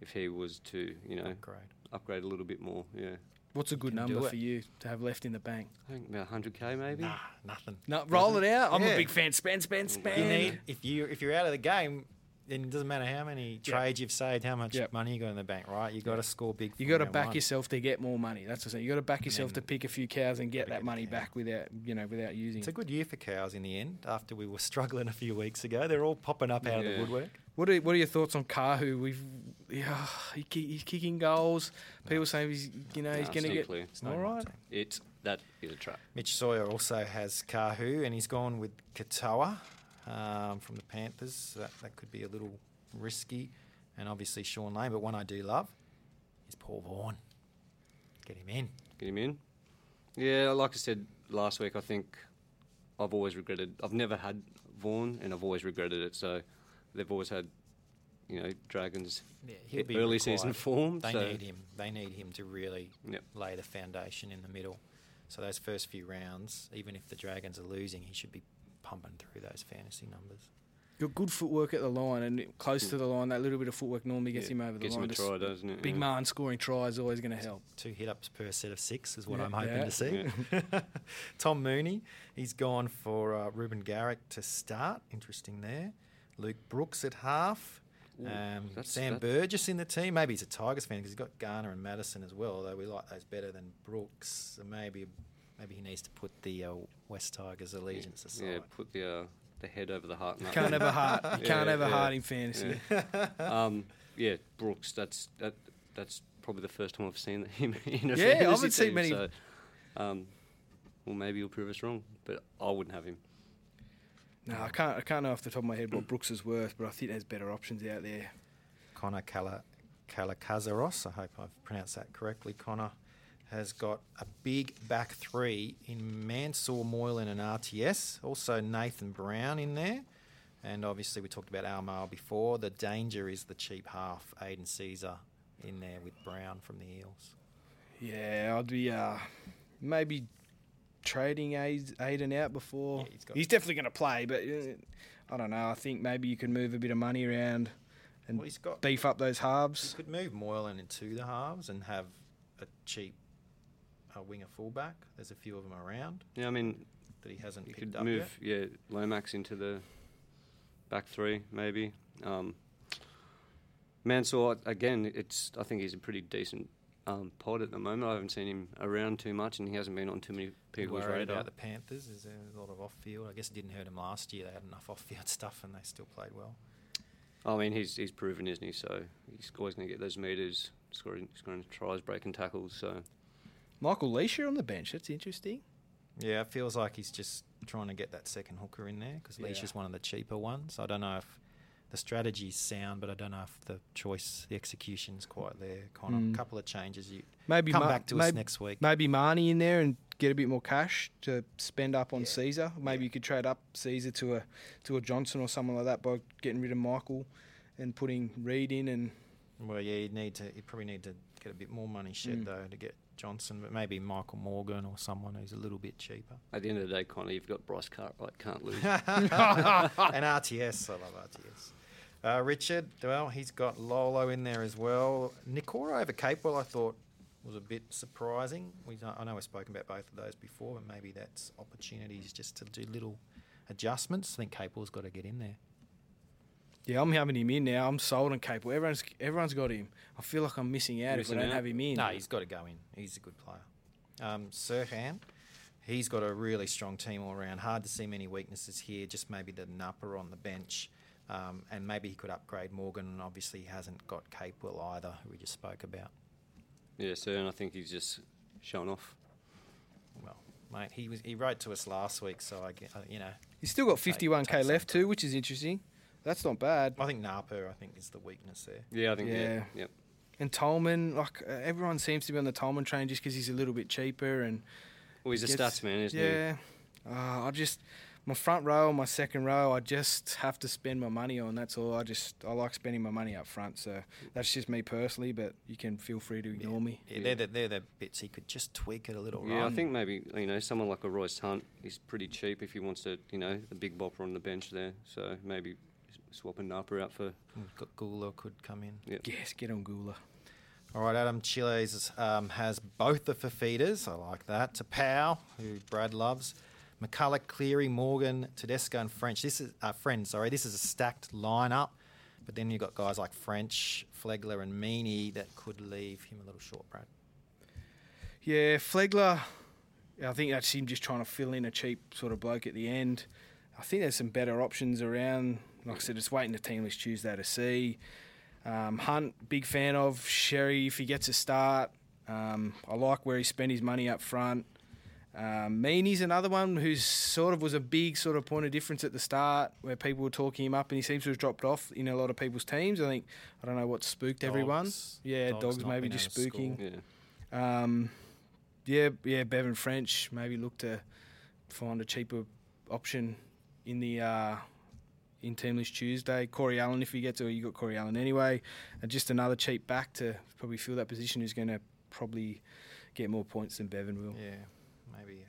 B: if he was to you know
A: Great.
B: upgrade a little bit more. Yeah,
C: what's a good
A: can do
C: number
A: it.
C: for you to have left in the bank?
B: I think about hundred k maybe.
A: Nah, nothing.
C: No, roll it out. I'm
A: Yeah.
C: a big fan. Spend, spend, spend.
A: You need if you if you're out of the game, then it doesn't matter how many
C: Yeah.
A: trades you've saved, how much
C: Yeah.
A: money you got in the bank, right? You got to score big.
C: You
A: from
C: got to
A: round
C: back
A: one.
C: yourself to get more money. That's what I'm saying. You got to back yourself to pick a few cows and get
A: gotta
C: that
A: get
C: money
A: the cow.
C: back without you know without using.
A: It's a
C: it.
A: good year for cows in the end. After we were struggling a few weeks ago, they're all popping up out of
B: Yeah.
A: the woodwork.
C: What are what are your thoughts on Kahu? We've yeah, he, ki- he's kicking goals. People say he's you know he's
B: Nah,
C: going to
B: stay
C: get
B: clear.
A: It's not
C: all
A: in my
C: right.
A: team.
B: It's that is a trap.
A: Mitch Sawyer also has Kahu, and he's gone with Katoa um, from the Panthers. So that that could be a little risky, and obviously Sean Lane. But one I do love is Paul Vaughan. Get him in.
B: Get him in. Yeah, like I said last week, I think I've always regretted. I've never had Vaughan, and I've always regretted it. So they've always had, you know, Dragons
A: Yeah, he'll be
B: early
A: required.
B: season form.
A: They
B: so
A: need him. They need him to really
B: Yep.
A: lay the foundation in the middle. So those first few rounds, even if the Dragons are losing, he should be pumping through those fantasy numbers.
C: got good footwork at the line and close to the line. That little bit of footwork normally gets
B: Yeah,
C: him over the
B: gets him
C: line.
B: a
C: Just
B: try, doesn't it?
C: Big
B: Yeah.
C: man scoring try is always going to help.
A: Two hit ups per set of six is what
C: Yeah,
A: I'm hoping
C: yeah.
A: to see. Tom Mooney, he's gone for uh, Ruben Garrick to start. Interesting there. Luke Brooks at half.
B: Ooh,
A: Um,
B: that's-
A: Sam
B: that-
A: Burgess in the team. Maybe he's a Tigers fan because he's got Garner and Madison as well. Though we like those better than Brooks. So maybe maybe he needs to put the uh, West Tigers allegiance aside.
B: Yeah, put the uh, the head over the heart. and
C: You
B: that
C: can't
B: one.
C: have a heart. You can't
B: Yeah,
C: have a
B: yeah.
C: heart in fantasy.
B: um, yeah, Brooks. That's that. That's probably the first time I've seen him in
C: Yeah,
B: a
C: I
B: fantasy
C: haven't seen
B: team,
C: many-
B: So, um, well, maybe you'll prove us wrong, but I wouldn't have him.
C: No, I can't. I can't know off the top of my head what Brooks is worth, but I think there's better options out there.
A: Connor Kala, Kalakazaros. I hope I've pronounced that correctly. Connor has got a big back three in Mansour, Moylan, and RTS. Also Nathan Brown in there. And obviously, we talked about Almar before. The danger is the cheap half, Aiden Caesar, in there with Brown from the Eels.
C: Yeah, I'd be uh, maybe trading Aid- Aiden out before.
A: Yeah, he's
C: he's,
A: got-
C: definitely going to play, but uh, I don't know. I think maybe you could move a bit of money around and
A: Well, he's got-
C: beef up those
A: You
C: halves.
A: could move Moylan into the halves and have a cheap a winger fullback. There's a few of them around
B: Yeah, I mean,
A: that he hasn't
B: you
A: picked
B: could
A: up
B: move
A: yet.
B: yeah Lomax into the back three maybe. Um, Mansour again, it's I think he's a pretty decent um, pod at the moment. I haven't seen him around too much, and he hasn't been on too many
A: People
B: people's
A: worried
B: radar.
A: about the Panthers. There's a lot of off field. I guess it didn't hurt him last year. They had enough off field stuff and they still played well.
B: I mean, he's he's proven, isn't he? So he's always going to get those meters, scoring scoring tries, breaking tackles. So
C: Michael Leisha on the bench. That's interesting.
A: Yeah, it feels like he's just trying to get that second hooker in there because Leash
C: Yeah.
A: is one of the cheaper ones. I don't know if the strategy's sound, but I don't know if the choice, the execution's quite there. Kind of
C: Mm.
A: a couple of changes. You
C: Maybe
A: come
C: Ma-
A: back to us
C: maybe,
A: next week.
C: Maybe Marnie in there and get a bit more cash to spend up on
A: Yeah.
C: Caesar. Maybe you could trade up Caesar to a to a Johnson or someone like that by getting rid of Michael and putting Reed in and
A: Well, yeah, you would need to. You probably need to get a bit more money shed
C: Mm.
A: though to get Johnson, but maybe Michael Morgan or someone who's a little bit cheaper.
B: at the end of the day, Connor, you've got Bryce Cartwright can't lose.
A: and RTS, I love RTS. Uh, Richard, well, he's got Lolo in there as well. Nicora over Capewell, I thought was a bit surprising. We, know- I know we've spoken about both of those before, but maybe that's opportunities just to do little adjustments. I think Capewell's got to get in there.
C: yeah, I'm having him in now. I'm sold on Capel. Everyone's everyone's got him. I feel like I'm missing out
B: Missing
C: if I don't
B: out?
C: have him in.
A: No, he's got to go in. He's a good player. Um, Sirhan, he's got a really strong team all around. Hard to see many weaknesses here. Just maybe the Nupper on the bench. Um, and maybe he could upgrade Morgan. And obviously, he hasn't got Capewell either, who we just spoke about.
B: yeah, so and I think he's just shown off.
A: Well, mate, he was he wrote to us last week, so I, ge- uh, you know,
C: He's still got
A: Take-
C: 51k
A: take
C: left
A: something.
C: too, which is interesting. That's not bad.
A: I think Napa, I think, is the weakness there.
B: Yeah, I think yeah,
C: Yeah.
B: yeah.
C: And Tolman, like uh, everyone seems to be on the Tolman train just because he's a little bit cheaper and
B: Well, he's a
C: gets-
B: stats man, isn't he?
C: yeah. Uh, I just my front row, my second row, I just have to spend my money on. That's all. I just I like spending my money up front, so that's just me personally. But you can feel free to ignore me.
A: Yeah,
B: Yeah.
A: They're, the, they're the bits he could just tweak it a little,
B: Yeah, I
A: right?
B: think maybe you know someone like a Royce Hunt is pretty cheap if he wants to, you know, the big bopper on the bench there. So maybe s- swapping Napa out for
A: And Gu- Gula could come in.
B: yeah.
C: Yes, get on Gula.
A: All right, Adam Chiles um, has both the Fafitas. I like that. To Pow, who Brad loves. McCulloch, Cleary, Morgan, Tedesco, and French. This is uh, friend. Sorry, this is a stacked lineup. But then you've got guys like French, Flegler, and Meany that could leave him a little short, Brad.
C: Yeah, Flegler. I think that's him just trying to fill in a cheap sort of bloke at the end. I think there's some better options around. Like I said, it's waiting to team list Tuesday to see. Um, Hunt, big fan of Sherry if he gets a start. Um, I like where he spent his money up front. Um, Meany's another one who sort of was a big sort of point of difference at the start, where people were talking him up, and he seems to have dropped off in a lot of people's teams. I think I don't know what spooked everyone.
A: Dogs.
C: Yeah,
A: Dogs
C: dogs,
A: not
C: maybe
A: being
C: just
A: out of school.
C: spooking.
B: yeah.
C: Um, yeah, yeah, Bevan French maybe look to find a cheaper option in the uh, in Teamless Tuesday. Corey Allen, if he gets, or you got Corey Allen anyway, and just another cheap back to probably fill that position who's going to probably get more points than Bevan will.
A: Yeah, maybe.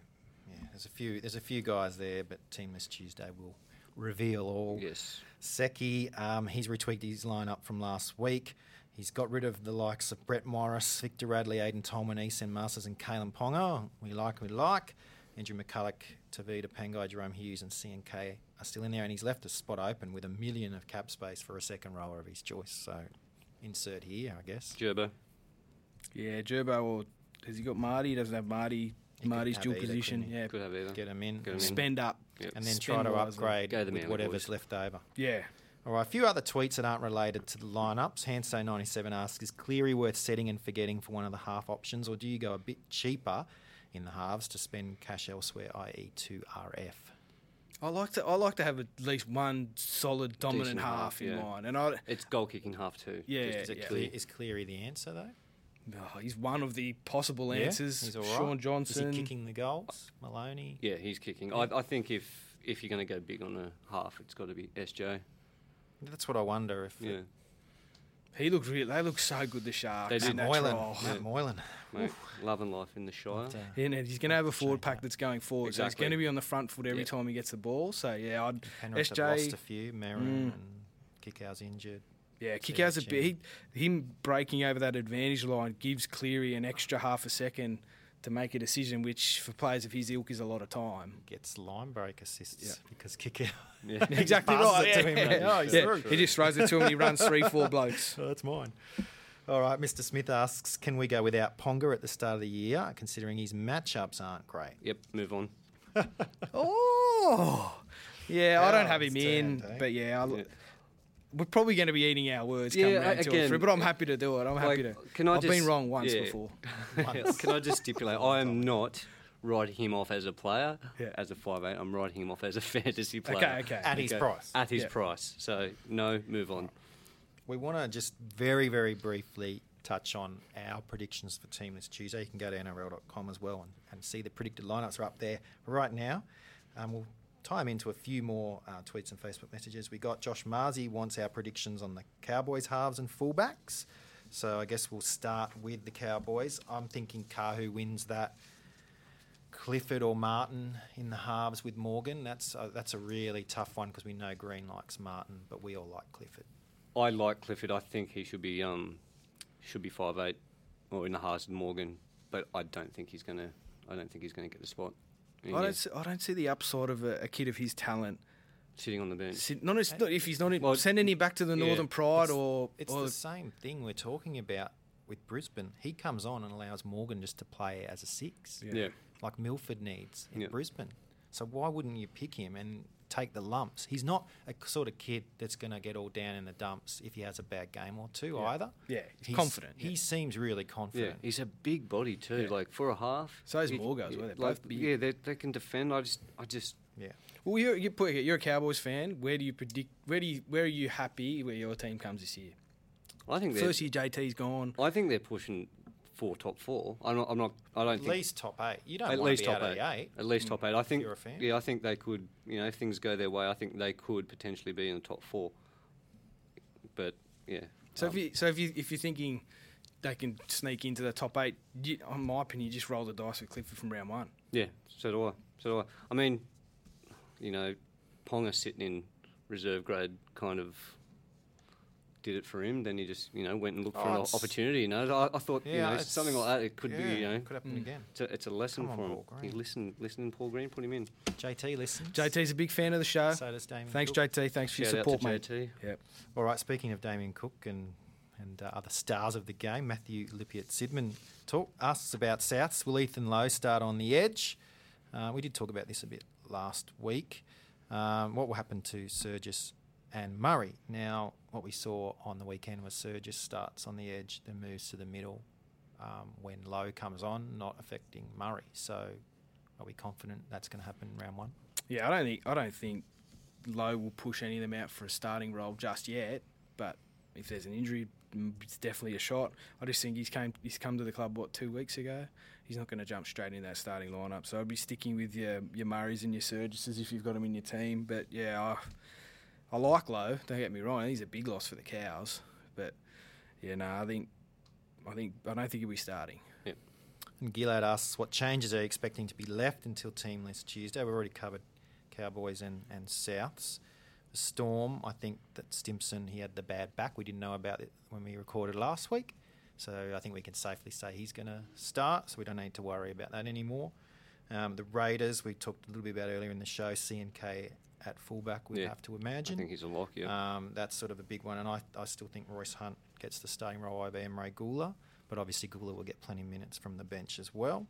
A: Yeah, there's a few. There's a few guys there, but Team List Tuesday will reveal all.
B: Yes.
A: Seki, um, he's retweaked his lineup from last week. He's got rid of the likes of Brett Morris, Victor Radley, Aiden Tolman, Eason Masters, and Kalen Ponga. We like, we like. Andrew McCulloch, Tavita Pangai, Jerome Hughes, and CNK are still in there, and he's left a spot open with a million of cap space for a second rower of his choice. So insert here, I guess.
B: Gerbo.
C: Yeah, Gerbo or has he got Marty? He doesn't have Marty.
A: He could
C: Marty's
A: have
C: dual
A: either,
C: position.
A: couldn't he?
C: Yeah,
B: Could have either.
A: Get him in,
B: Get 'em in.
C: spend up.
B: Yep.
A: and then try
C: Spend
A: to
C: wisely.
A: upgrade
B: Go the
A: with
B: Manly
A: whatever's
B: boys.
A: left over.
C: Yeah.
A: All right, a few other tweets that aren't related to the lineups. Hanso97 asks, is Cleary worth setting and forgetting for one of the half options, or do you go a bit cheaper in the halves to spend cash elsewhere, i.e. to RF?
C: I like to I like to have at least one solid dominant
B: Decent
C: half,
B: half,
C: in
B: yeah.
C: mine, and I
B: It's goal kicking half too.
C: Yeah,
B: Just as a
C: yeah.
B: clear-
A: Cle- Is Cleary the answer, though?
C: Oh, he's one of the possible answers.
A: Yeah, he's all right.
C: Sean Johnson.
A: Is he kicking the goals? Maloney?
B: Yeah, he's kicking. I, I think if if you're going to go big on a half, it's got to be SJ.
A: That's what I wonder if...
B: Yeah,
C: He looked real. They look so good, the Sharks.
B: They
C: in
B: did.
C: that
A: Moylan.
C: trial.
A: uh, Matt Moylan.
B: mate, love and life in the Shire.
A: But, uh,
C: And he's going to have a forward pack that's going forward. So he's
B: Exactly.
C: going to be on the front foot every
B: Yeah.
C: time he gets the ball. So yeah, I'd
A: Penrith have
C: SJ
A: lost a few.
C: Mm.
A: Merrin and Kickow's injured.
C: yeah kick
A: Yeah,
C: out a
A: Jim.
C: bit. He, him breaking over that advantage line gives Cleary an extra half a second to make a decision, which for players of his ilk is a lot of time.
A: Gets line break assists because kick out.
B: Yeah.
C: Exactly
A: passes
C: right,
A: it to
C: yeah.
A: him, mate. Oh, he's
C: Yeah,
A: through.
C: he just throws it to him. He runs three, four blokes.
A: Oh, that's mine. All right, Mr. Smith asks, can we go without Ponga at the start of the year, considering his matchups aren't great?
B: Yep, move on.
C: Oh, yeah. I don't have him
A: it's
C: in,
A: turned, eh?
C: but yeah, I'll,
B: Yeah.
C: we're probably going to be eating our words.
B: Yeah,
C: come round two
B: again,
C: or three, but I'm happy to do it. I'm happy to.
B: Like, can I
C: I've
B: just-
C: been wrong once
B: yeah.
C: before.
B: Can I just stipulate? I am not writing him off as a player,
C: Yeah.
B: as a five eight. I'm writing him off as a fantasy player.
C: Okay, okay.
A: At his
B: Okay.
A: price.
B: At his
C: Yeah.
B: price. So no, move on.
A: We want to just very, very briefly touch on our predictions for Team this Tuesday. You can go to NRL.com as well and, and see the predicted lineups are up there right now. Um, we'll tie them into a few more uh, tweets and Facebook messages. We got Josh Marzi wants our predictions on the Cowboys halves and fullbacks. So I guess we'll start with the Cowboys. I'm thinking Kahu wins that. Clifford or Martin in the halves with Morgan. That's a, that's a really tough one because we know Green likes Martin, but we all like Clifford.
B: I like Clifford. I think he should be um, should be five eight or in the halves of Morgan, but I don't think he's gonna. I don't think he's gonna get the spot. in
C: I
B: here,
C: don't. See, I don't see the upside of a, a kid of his talent.
B: sitting on the bench.
C: See, Not, as- not if he's not in,
B: Well,
C: sending him back to the
B: yeah.
C: Northern Pride
A: It's-
C: or
A: It's
C: or
A: the same thing we're talking about with Brisbane. He comes on and allows Morgan just to play as a six,
B: yeah.
A: like Milford needs in
B: Yeah.
A: Brisbane. So why wouldn't you pick him and take the lumps? He's not a sort of kid that's going to get all down in the dumps if he has a bad game or two either.
C: Yeah, he's confident,
A: He
C: yeah.
A: seems really
B: Yeah,
A: confident.
B: he's a big body too. Like for a half.
C: So is
B: He-
C: Morgo as well, they're
B: like,
C: both big.
B: Yeah, they, they can defend. I just, I just,
A: yeah.
C: Well, you're, you're, put- you're a Cowboys fan. Where do you predict? Where do you, where are you happy where your team comes this year?
B: I think they're,
C: First year JT's gone.
B: I think they're pushing for top four. I'm not, I'm not, I don't
A: At
B: think
A: least top eight. You don't
B: at
A: want
B: least
A: to be
B: top
A: out of
B: eight.
A: the eight.
B: At least top eight. I think.
A: you're a fan.
B: Yeah, I think they could. You know, if things go their way, I think they could potentially be in the top four. But yeah.
C: So
B: um,
C: if you so if you if you're thinking they can sneak into the top eight, you, in my opinion, you just roll the dice with Clifford from round one.
B: yeah, so do I. So do I. I mean, you know, Ponga sitting in reserve grade kind of did it for him. Then he just you know went and looked
A: Oh,
B: for an
A: it's-
B: opportunity. You know, I, I thought you know
A: it's-
B: something like that. It could
A: yeah,
B: be you know. Mm.
A: could happen again.
B: It's a, it's a lesson
A: Come on,
B: for him.
A: Paul
B: He
A: Green.
B: listen, listen, to Paul Green, put him in.
A: JT listens.
C: JT's a big fan of the show.
A: So does Damien
C: Thanks,
A: Cook.
C: JT. Thanks for your
B: Shout out to
C: support, mate.
B: JT.
C: Yep.
A: All right, speaking of Damien Cook and and uh, other stars of the game, Matthew Lippiat Sidman talk, asks about Souths. Will Ethan Lowe start on the edge? Uh, we did talk about this a bit last week. Um, what will happen to Surgis and Murray? Now, what we saw on the weekend was Surgis starts on the edge, then moves to the middle um, when Lowe comes on, not affecting Murray. So, are we confident that's going to happen in round one?
C: Yeah, I don't think I don't think Lowe will push any of them out for a starting role just yet. But if there's an injury, mm, it's definitely a shot. I just think he's came he's come to the club what two weeks ago. He's not going to jump straight in that starting lineup. So I'd be sticking with your your Murrays and your Surgises if you've got them in your team. But yeah, I, I like Lowe. Don't get me wrong. He's a big loss for the cows. But yeah, no, I think I think I don't think he'll be starting.
A: And Gillard asks, what changes are you expecting to be left until team list Tuesday? We've already covered Cowboys and, and Souths. The Storm, I think that Stimpson, he had the bad back. We didn't know about it when we recorded last week. So I think we can safely say he's going to start, so we don't need to worry about that anymore. Um, the Raiders, we talked a little bit about earlier in the show, CNK at fullback, we
B: Yeah.
A: have to
B: I
A: imagine.
B: think he's a lock, yeah.
A: Um, that's sort of a big one, and I, I still think Royce Hunt gets the starting role over Emre Gula, but obviously Gula will get plenty of minutes from the bench as well.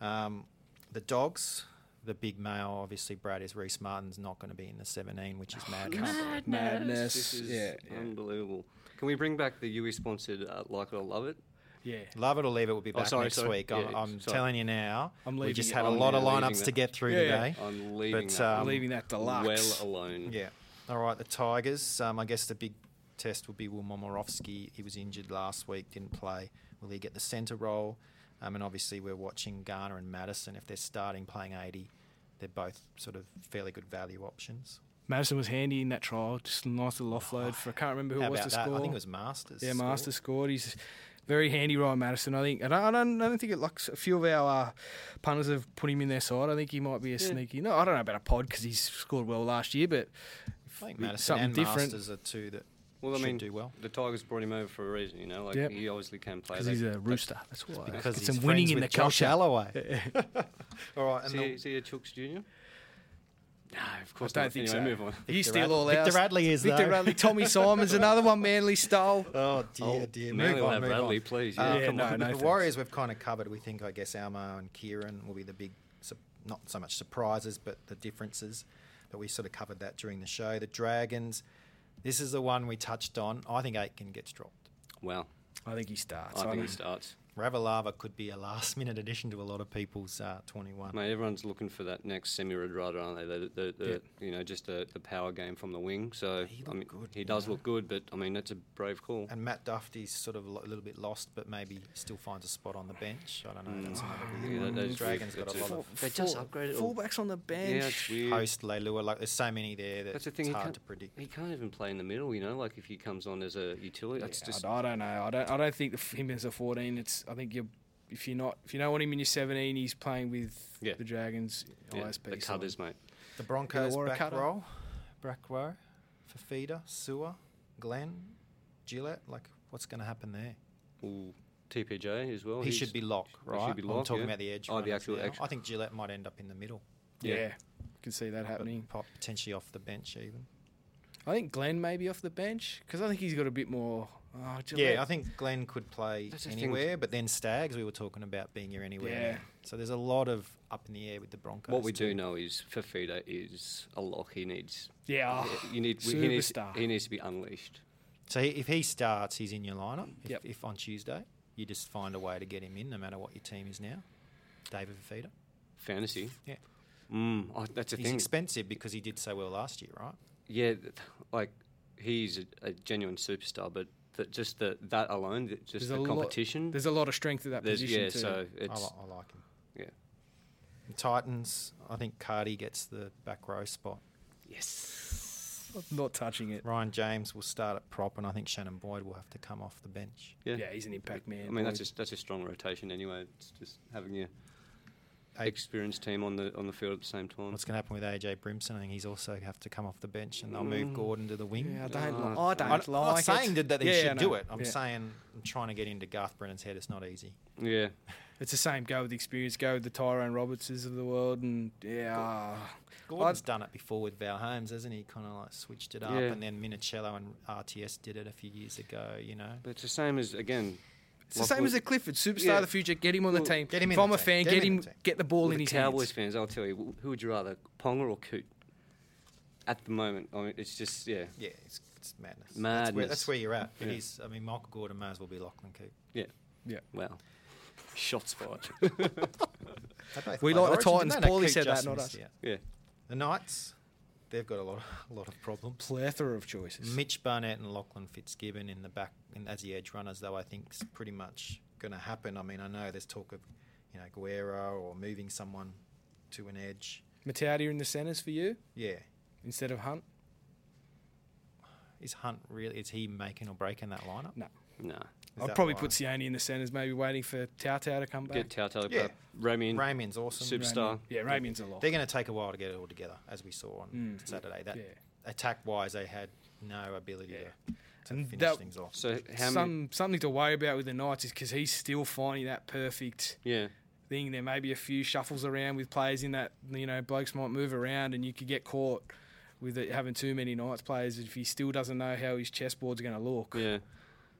A: Um, the dogs, the big male, obviously Brad is Reese Martin's not going to be in the 17, which is mad.
C: Madness.
B: This is
C: yeah, yeah.
B: unbelievable. Can we bring back the UE sponsored uh, Like It or Love It?
C: Yeah.
A: Love it or leave it. We'll be
B: Oh,
A: back
B: sorry,
A: next
B: sorry.
A: week. I'm,
B: Yeah,
A: I'm
B: sorry.
A: telling you now.
C: I'm
A: we
C: leaving
A: just
C: it.
A: had a
B: I'm
A: lot of
B: leaving
A: lineups
B: it.
A: to get through
C: Yeah,
A: today.
B: I'm leaving
A: Eh? But,
B: that
A: um,
C: Leaving that deluxe.
B: well alone.
A: Yeah. All right, the Tigers. Um, I guess the big test will be Will Momorowski. He was injured last week, didn't play. Will he get the centre role? Um, and obviously, we're watching Garner and Madison. If they're starting playing 80, they're both sort of fairly good value options.
C: Madison was handy in that trial, just a nice little offload for I can't remember who
A: How
C: it was
A: about
C: to
A: that?
C: score.
A: I think it was Masters.
C: yeah,
A: scored.
C: Master scored. He's very handy, Ryan Madison. I think, and I, I don't, I don't think it looks. A few of our uh, punters have put him in their side. I think he might be a sneaky. No, I don't know about a pod because he's scored well last year, but
A: I think
C: with
A: Madison
C: something
A: and
C: different.
A: Masters are two that
B: Well, I
A: Should
B: mean,
A: do well.
B: the Tigers brought him over for a reason, you know. Like
C: Yep.
B: he obviously can play.
C: Because
B: that-
C: he's a
B: that-
C: rooster. That's why.
A: Because
C: Get
A: he's
C: some
A: friends
C: winning in
A: with
C: the
A: Josh
C: culture.
A: Alloway. All right,
B: Is
A: and
B: he,
A: the,
B: is he a Chooks Junior? No, of course
C: don't
B: not.
C: think
B: anyway,
C: so.
B: Move on.
C: You
A: Victor
C: steal
A: Radley-
C: all
A: Victor
C: ours.
A: Radley is,
C: Victor
A: though.
C: Radley. Tommy Simon's another one Manly stole.
A: oh dear, dear.
B: Now
A: Move
B: he'll
A: on,
B: have
A: move
B: Radley,
A: on.
B: please.
A: Uh,
B: Yeah,
C: yeah,
B: come
C: no,
B: on.
A: the
C: thanks.
A: Warriors we've kind of covered. We think, I guess, Almo and Kieran will be the big, su- not so much surprises, but the differences. But we sort of covered that during the show. The Dragons, this is the one we touched on. I think Aitken gets dropped.
B: Wow,
C: I think he starts.
B: I
C: I
B: think
C: don't-
B: he starts.
A: Ravalava could be a last minute addition to a lot of people's uh, 21.
B: Mate, everyone's looking for that next semi Redrada, aren't they? The, the, the, You know, just the, the power game from the wing. So
A: He
B: I
A: looked
B: mean,
A: good,
B: he
A: you
B: does
A: know.
B: look good, but I mean, that's a brave call.
A: And Matt Duffy's sort of lo- a little bit lost, but maybe still finds a spot on the bench. I don't know. That's another
B: Mm. Yeah,
A: weird
B: that-
A: one.
B: that's
A: Dragons
B: weird.
A: got a
B: That's
A: lot
B: a-
A: of
B: They just upgraded all-
C: Fullbacks on the
B: yeah, it's
C: bench.
B: weird.
A: post Leilua. Like there's so many there that
B: That's the thing.
A: it's
B: he
A: hard
B: can't-
A: to predict.
B: He can't even play in the middle. You know, like if he comes on as a utility, that's
C: Yeah,
B: just
C: I, I don't know. I don't. I don't think the, f- him as a fourteen. It's. I think you. If you're not. If you don't want him in your seventeen, he's playing with
B: Yeah.
C: the Dragons.
B: yeah,
C: ISP.
B: the
C: side.
B: cutters, mate.
A: The Broncos
C: Illawarra
A: back
C: cutter.
A: row, back row, Fafida, Sewer, Glenn, Gillette. Like, what's going to happen there?
B: Ooh, TPJ as well.
A: he
B: he's-
A: should be lock,
B: he should
A: right?
B: be
A: I'm
B: lock,
A: talking
B: yeah.
A: about the edge.
B: Oh, the
A: runners
B: actual
A: now.
B: edge.
A: I think Gillette might end up in the middle,
C: Yeah.
B: Yeah.
C: You can see that
A: but
C: happening.
A: pot- potentially off the bench even.
C: I think Glenn maybe off the bench because I think he's got a bit more. Oh, Gillette.
A: Yeah, I think Glenn could play
B: That's the thing with-
A: anywhere, but then Stags, we were talking about being here anywhere.
C: Yeah.
A: now. So there's a lot of up in the air with the Broncos.
B: What we
A: too.
B: do know is Fafita is a lock. He needs.
C: Yeah. oh,
B: you need. He needs,
C: superstar.
B: he needs to be unleashed.
A: So he, if he starts, he's in your lineup. If,
C: Yep.
A: if on Tuesday, you just find a way to get him in, no matter what your team is now. David Fafita.
B: Fantasy.
A: Yeah.
B: Mm, oh, that's the
A: He's
B: thing.
A: expensive because he did so well last year, right?
B: yeah, th- like he's a, a genuine superstar, but th- just the, that alone, th- just
C: a
B: the
C: lot-
B: competition.
C: There's a lot of strength at that
B: there's-
C: position Oh,
B: yeah,
C: too.
B: so
A: I,
B: it's
A: li- I like him.
B: yeah.
A: The Titans, I think Cardi gets the back row spot.
B: Yes.
C: I'm not touching it.
A: Ryan James will start at prop, and I think Shannon Boyd will have to come off the bench.
B: Yeah.
C: Yeah, he's an impact man.
B: I mean,
C: Boyd.
B: that's just that's a strong rotation anyway. It's just having your
A: A-
B: experienced team on the on the field at the same time.
A: What's going to happen with AJ Brimson? I think he's also have to come off the bench, and they'll move Gordon to the wing.
C: Mm. Yeah, I don't. li-
B: Oh,
C: I don't
A: I'm
C: like
A: not saying
C: it.
A: that- that he
C: Yeah, I
A: should do
C: know.
A: it. I'm
C: Yeah.
A: saying I'm trying to get into Garth Brennan's head. It's not easy.
B: Yeah.
C: It's the same. Go with the experience. Go with the Tyrone Robertses of the world, and yeah, ah.
A: Gordon's done it before with Val Holmes, hasn't he? Kind of like switched it up,
B: Yeah.
A: and then Minicello and RTS did it a few years ago. You know,
B: But it's the same as again.
C: it's the same as a Clifford superstar
B: Yeah.
C: of the future. Get him on the
B: Well,
C: team.
A: Get him
C: if
A: in the
C: I'm a
A: team.
C: fan,
A: Get
C: get,
A: him in
C: him,
A: the team.
C: get the ball
B: Well,
C: in
B: the
C: his
B: Cowboys
C: hands.
B: fans, I'll tell you, who would you rather, Ponga or Coot? At the moment, I mean, it's just yeah,
A: yeah, it's, it's madness. That's where,
B: Madness.
A: that's where you're at. It
B: Yeah.
A: is. I mean, Michael Gordon may as well be Lachlan Coop.
B: yeah,
C: Yeah.
B: Wow, shots fired.
A: They both
C: We
A: played
C: like the
A: Origin, didn't
C: Titans.
A: they? No,
C: Paulie
A: Coop
C: said that,
A: just
C: not
A: missed
C: us.
A: out.
B: yeah,
A: The Knights, they've got a lot, a lot of problems.
C: Plethora of choices.
A: Mitch Barnett and Lachlan Fitzgibbon in the back in, as the edge runners, though I think is pretty much going to happen. I mean, I know there's talk of you know Guerra or moving someone to an edge.
C: Mataudia in the centres for you
A: Yeah,
C: instead of Hunt.
A: is Hunt really? Is he making or breaking that lineup?
C: No,
B: no.
A: Is
C: I'd
A: that
C: probably
A: why?
C: put Sione in the centres, maybe waiting for Tautau to come back.
B: Get Tautau,
A: Yeah.
B: yeah. Ramian.
A: Ramian's awesome.
B: Super- Superstar.
C: Yeah, Ramian's a lot.
A: They're going to take a while to get it all together, as we saw on
C: Mm.
A: Saturday. That
C: Yeah.
A: attack wise, they had no ability
C: Yeah.
A: to, to
C: And
A: finish
C: that-
A: things off.
B: So how many?
C: Some something to worry about with the Knights is because he's still finding that perfect
B: Yeah,
C: thing. There may be a few shuffles around with players in that, you know, blokes might move around and you could get caught with it having too many Knights players if he still doesn't know how his chessboard's going to look.
B: yeah.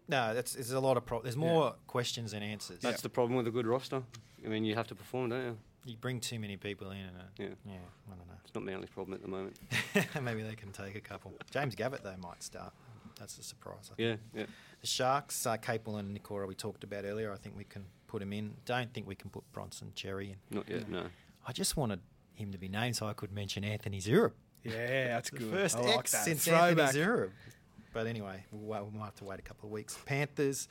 A: No, that's there's a lot of pro- There's more questions than answers.
B: That's the problem with a good roster. I mean, you have to perform, don't you?
A: You bring too many people in, and it,
B: Yeah.
A: yeah, I don't know.
B: It's not Manly's problem at the moment.
A: Maybe they can take a couple. James Gavitt, though, might start. That's a surprise. I think.
B: Yeah, yeah.
A: The Sharks, uh, Capel and Nicora, we talked about earlier. I think we can put him in. Don't think we can put Bronson Cherry in.
B: Not yet. No.
A: I just wanted him to be named so I could mention Anthony Zurub.
C: Yeah, that's
A: The
C: good.
A: first
C: I like
A: X
C: that.
A: since
C: Throwback.
A: Anthony Zurub. But anyway, we'll, wa- we might have to wait a couple of weeks. Panthers,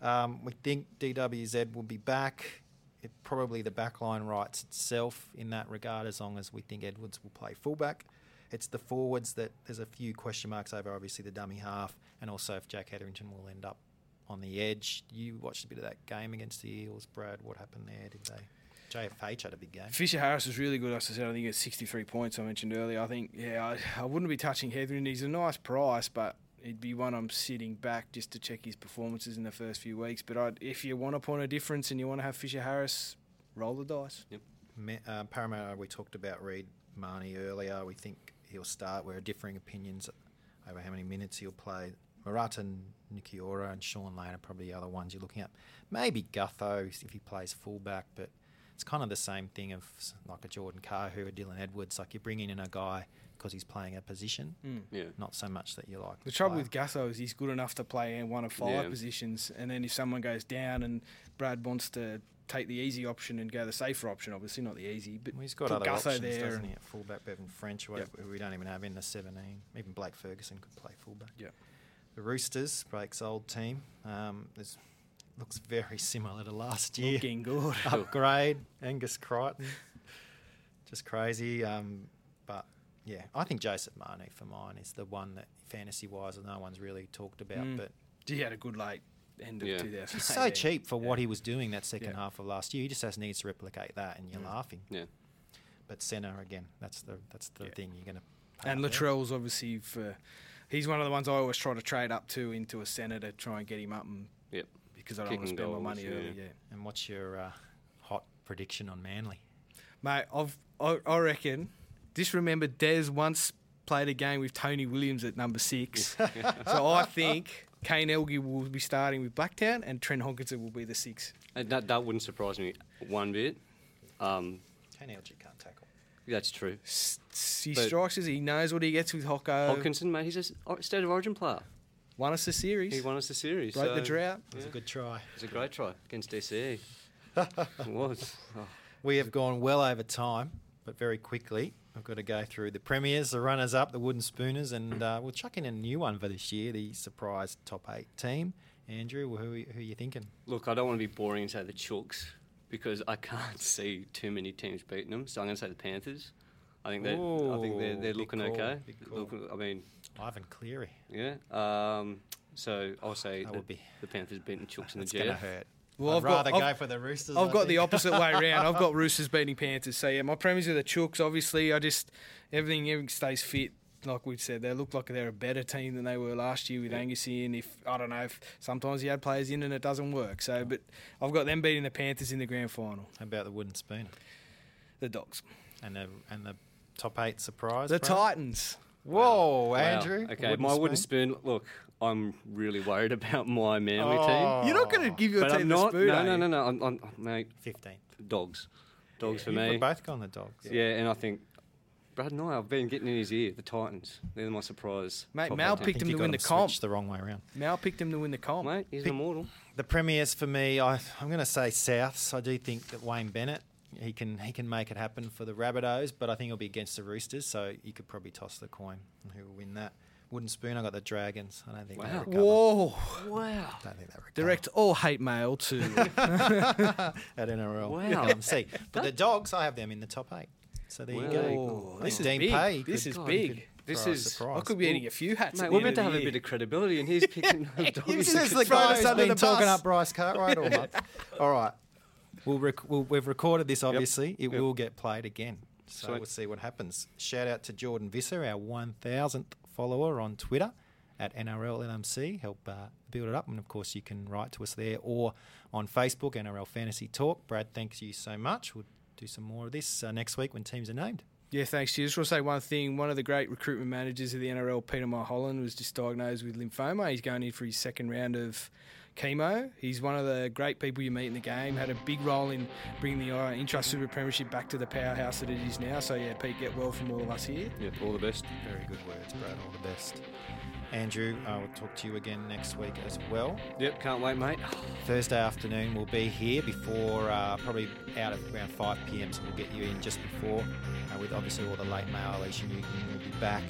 A: um, we think DWZ will be back. It, probably the backline rights itself in that regard, as long as we think Edwards will play fullback. It's the forwards that there's a few question marks over, obviously the dummy half, and also if Jack Hetherington will end up on the edge. You watched a bit of that game against the Eels, Brad. What happened there? Did they? JFH had a big game.
C: Fisher Harris was really good. As I said, I think it's 63 points I mentioned earlier. I think, yeah, I, I wouldn't be touching Hetherington. He's a nice price, but He'd be one I'm sitting back just to check his performances in the first few weeks. But I'd, if you want to point a difference and you want to have Fisher Harris, roll the dice.
A: Ma- uh, Parramatta, we talked about Reid Marnie earlier. We think he'll start. We're differing opinions over how many minutes he'll play. Murata, Nikiora, and Sean Lane are probably the other ones you're looking at. Maybe Gutho if he plays fullback, but it's kind of the same thing of s- like a Jordan Carhu or Dylan Edwards. Like you're bringing in a guy because he's playing a position,
B: Yeah.
A: not so much that you like.
C: Hmm. The trouble
A: player.
C: with Gatho is he's good enough to play in one of five
B: Yeah.
C: positions, and then if someone goes down and Brad wants to take the easy option and go the safer option, obviously not the easy, but
A: Well, he's got
C: put
A: other
C: Gutho
A: options,
C: there
A: doesn't
C: and-
A: he? At fullback, Bevan French, who
C: Yep.
A: who we don't even have in the 17. Even Blake Ferguson could play fullback.
C: Yep.
A: The Roosters, Blake's old team, um, is, looks very similar to last year.
C: looking good.
A: Upgrade, Angus Crichton. Just crazy. Um, but yeah, I think Joseph Marnie for mine is the one that fantasy wise no one's really talked about.
C: Mm.
A: But
C: He had a good late end of
B: Yeah.
C: 2000.
A: he's so cheap for what he was doing that second
C: Yeah. Mm.
A: half of last year. He just has needs to replicate that, and you're laughing.
B: Yeah.
A: But Senna again, that's the that's the
C: Yeah.
A: thing you're gonna.
C: And
A: Yeah.
C: Latrell's obviously for. He's one of the ones I always try to trade up to into a centre to try and get him up, and
B: Yep.
C: because I don't
B: Kick
C: want to
B: and
C: spend my
B: goals,
C: money
B: yeah.
C: early. Yeah,
A: And what's your uh, hot prediction on Manly?
C: mate. I've I, I reckon. Just remember, Des once played a game with Tony Williams at number six, so I think Kane Elgi will be starting with Blacktown, and Trent Hodgkinson will be the six.
B: And that, that wouldn't surprise me one bit. Um,
A: Ken Elgin can't tackle.
B: that's true.
C: S- s- He
B: But-
C: strikes us. He knows what he gets with Hocko.
B: Hopkinson, mate, he's a s- or- state of origin player.
C: Won us the series.
B: He won us the series.
C: broke the
B: so
C: drought.
A: It was
B: Yeah.
A: a good try.
B: It's a great try against DCE. it was. Oh,
A: We have gone well over time, but very quickly. I've got to go through the premiers, the runners up, the wooden spooners, and uh, we'll chuck in a new one for this year, the surprise top eight team. Andrew, who, who are you thinking?
B: Look, I don't want to be boring and say the Chooks because I can't see too many teams beating them. So I'm going to say the Panthers. I think they're, I think they're,
A: Ooh,
B: they're
A: big
B: looking
A: call,
B: okay.
A: big call.
B: Looking- I mean,
A: Ivan Cleary.
B: yeah. Um, so I'll say
A: That
B: the,
A: would be-
B: the Panthers beating Chooks in the
A: It's going to
B: GF.
A: hurt.
C: Well,
A: I'd
C: I've got-
A: rather
C: I've-
A: go for the Roosters.
C: I've
A: I
C: got the
A: think.
C: opposite way round. I've got Roosters beating Panthers. So yeah, my premise with the Chooks, obviously, I just everything everything stays fit. Like we've said, they look like they're a better team than they were last year with Angus in. If I don't know, if sometimes you had players in and it doesn't work. So, but I've got them beating the Panthers in the grand final.
A: How about the wooden spooner
C: The Dogs,
A: and the and the top eight surprise?
C: the
A: Brad?
C: Titans.
A: Whoa,
B: Wow.
A: Andrew.
B: Okay, my wooden spoon. Look, I'm really worried about my Manly
A: Oh.
B: team.
C: You're not going to give your
B: But
C: team
B: I'm
C: the
B: not.
C: spoon.
B: no,
C: eh?
B: no, no, no. I'm, I'm, mate,
A: 15th.
B: dogs. Dogs for
A: You've
B: me.
A: both gone the dogs.
B: Yeah, and I think Brad and I have been getting in his ear. The Titans. They're my surprise.
C: Mate,
B: top
C: Mal
B: eight team.
A: I
C: picked
A: think
C: him
A: you
C: to
A: got
C: win
A: them
C: the comp.
A: switched the wrong way around.
C: Mal picked them to win the comp.
B: Mate, he's
A: Pick-
B: an immortal.
A: The premiers for me, I, I'm going to say Souths. I do think that Wayne Bennett he can he can make it happen for the Rabbitohs, but I think it'll be against the Roosters. So you could probably toss the coin on who will win that. Wooden spoon. I got the Dragons. I don't think they
B: Wow.
A: recover.
C: Whoa!
B: Wow.
A: Don't think they recover.
C: Direct all hate mail to
A: at NRL.
B: Wow.
A: Um, see, but the Dogs, I have them in the top eight. So there you go.
C: Whoa, this is
A: Dean
C: big.
A: Pay.
C: This
A: could
C: is
B: God,
C: big.
B: you could This
A: throw a
B: is.
A: surprise.
C: I could be eating a few hats.
B: Mate,
C: at
B: we're
C: the
B: meant
C: end
B: to
C: of
B: have
C: the
B: a
C: year.
B: bit of credibility, and he's picking the dogs.
A: This is the guy who's been talking up Bryce Cartwright all month. all right. We'll rec- we'll, we've recorded this, obviously. It will get played again. So
B: Sweet.
A: we'll see what happens. Shout out to Jordan Visser, our 1,000th follower on Twitter at NRLLMC. Help uh, build it up. And of course, you can write to us there or on Facebook, NRL Fantasy Talk. Brad, thanks you so much. We'll do some more of this uh, next week when teams are named.
C: Yeah, thanks. Stu. Just want to say one thing. One of the great recruitment managers of the NRL, Peter Mulholland, was just diagnosed with lymphoma. He's going in for his second round of chemo. He's one of the great people you meet in the game. Had a big role in bringing the uh, Intra Super Premiership back to the powerhouse that it is now. So yeah, Pete, get well from all of us here.
B: Yep, all the best.
A: Very good words, Brad. All the best. Andrew, I will talk to you again next week as well.
B: Yep, can't wait, mate.
A: Thursday afternoon, we'll be here before uh, probably out at around 5 pm. So we'll get you in just before uh, with obviously all the late mail. Alicia Newton will be back.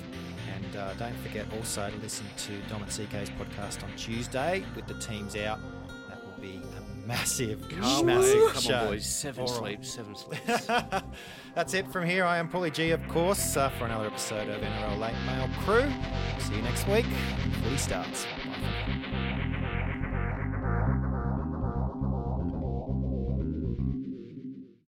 A: And uh, don't forget also to listen to Dom and CK's podcast on Tuesday with the teams out. That will be a massive,
B: Can't
A: massive
B: wait. Come
A: show.
B: on, boys. Seven
A: All right.
B: sleeps, seven sleeps.
A: That's it from here. I am Paulie G, of course, uh, for another episode of NRL Late Mail Crew. See you next week. Footy starts. Bye for now.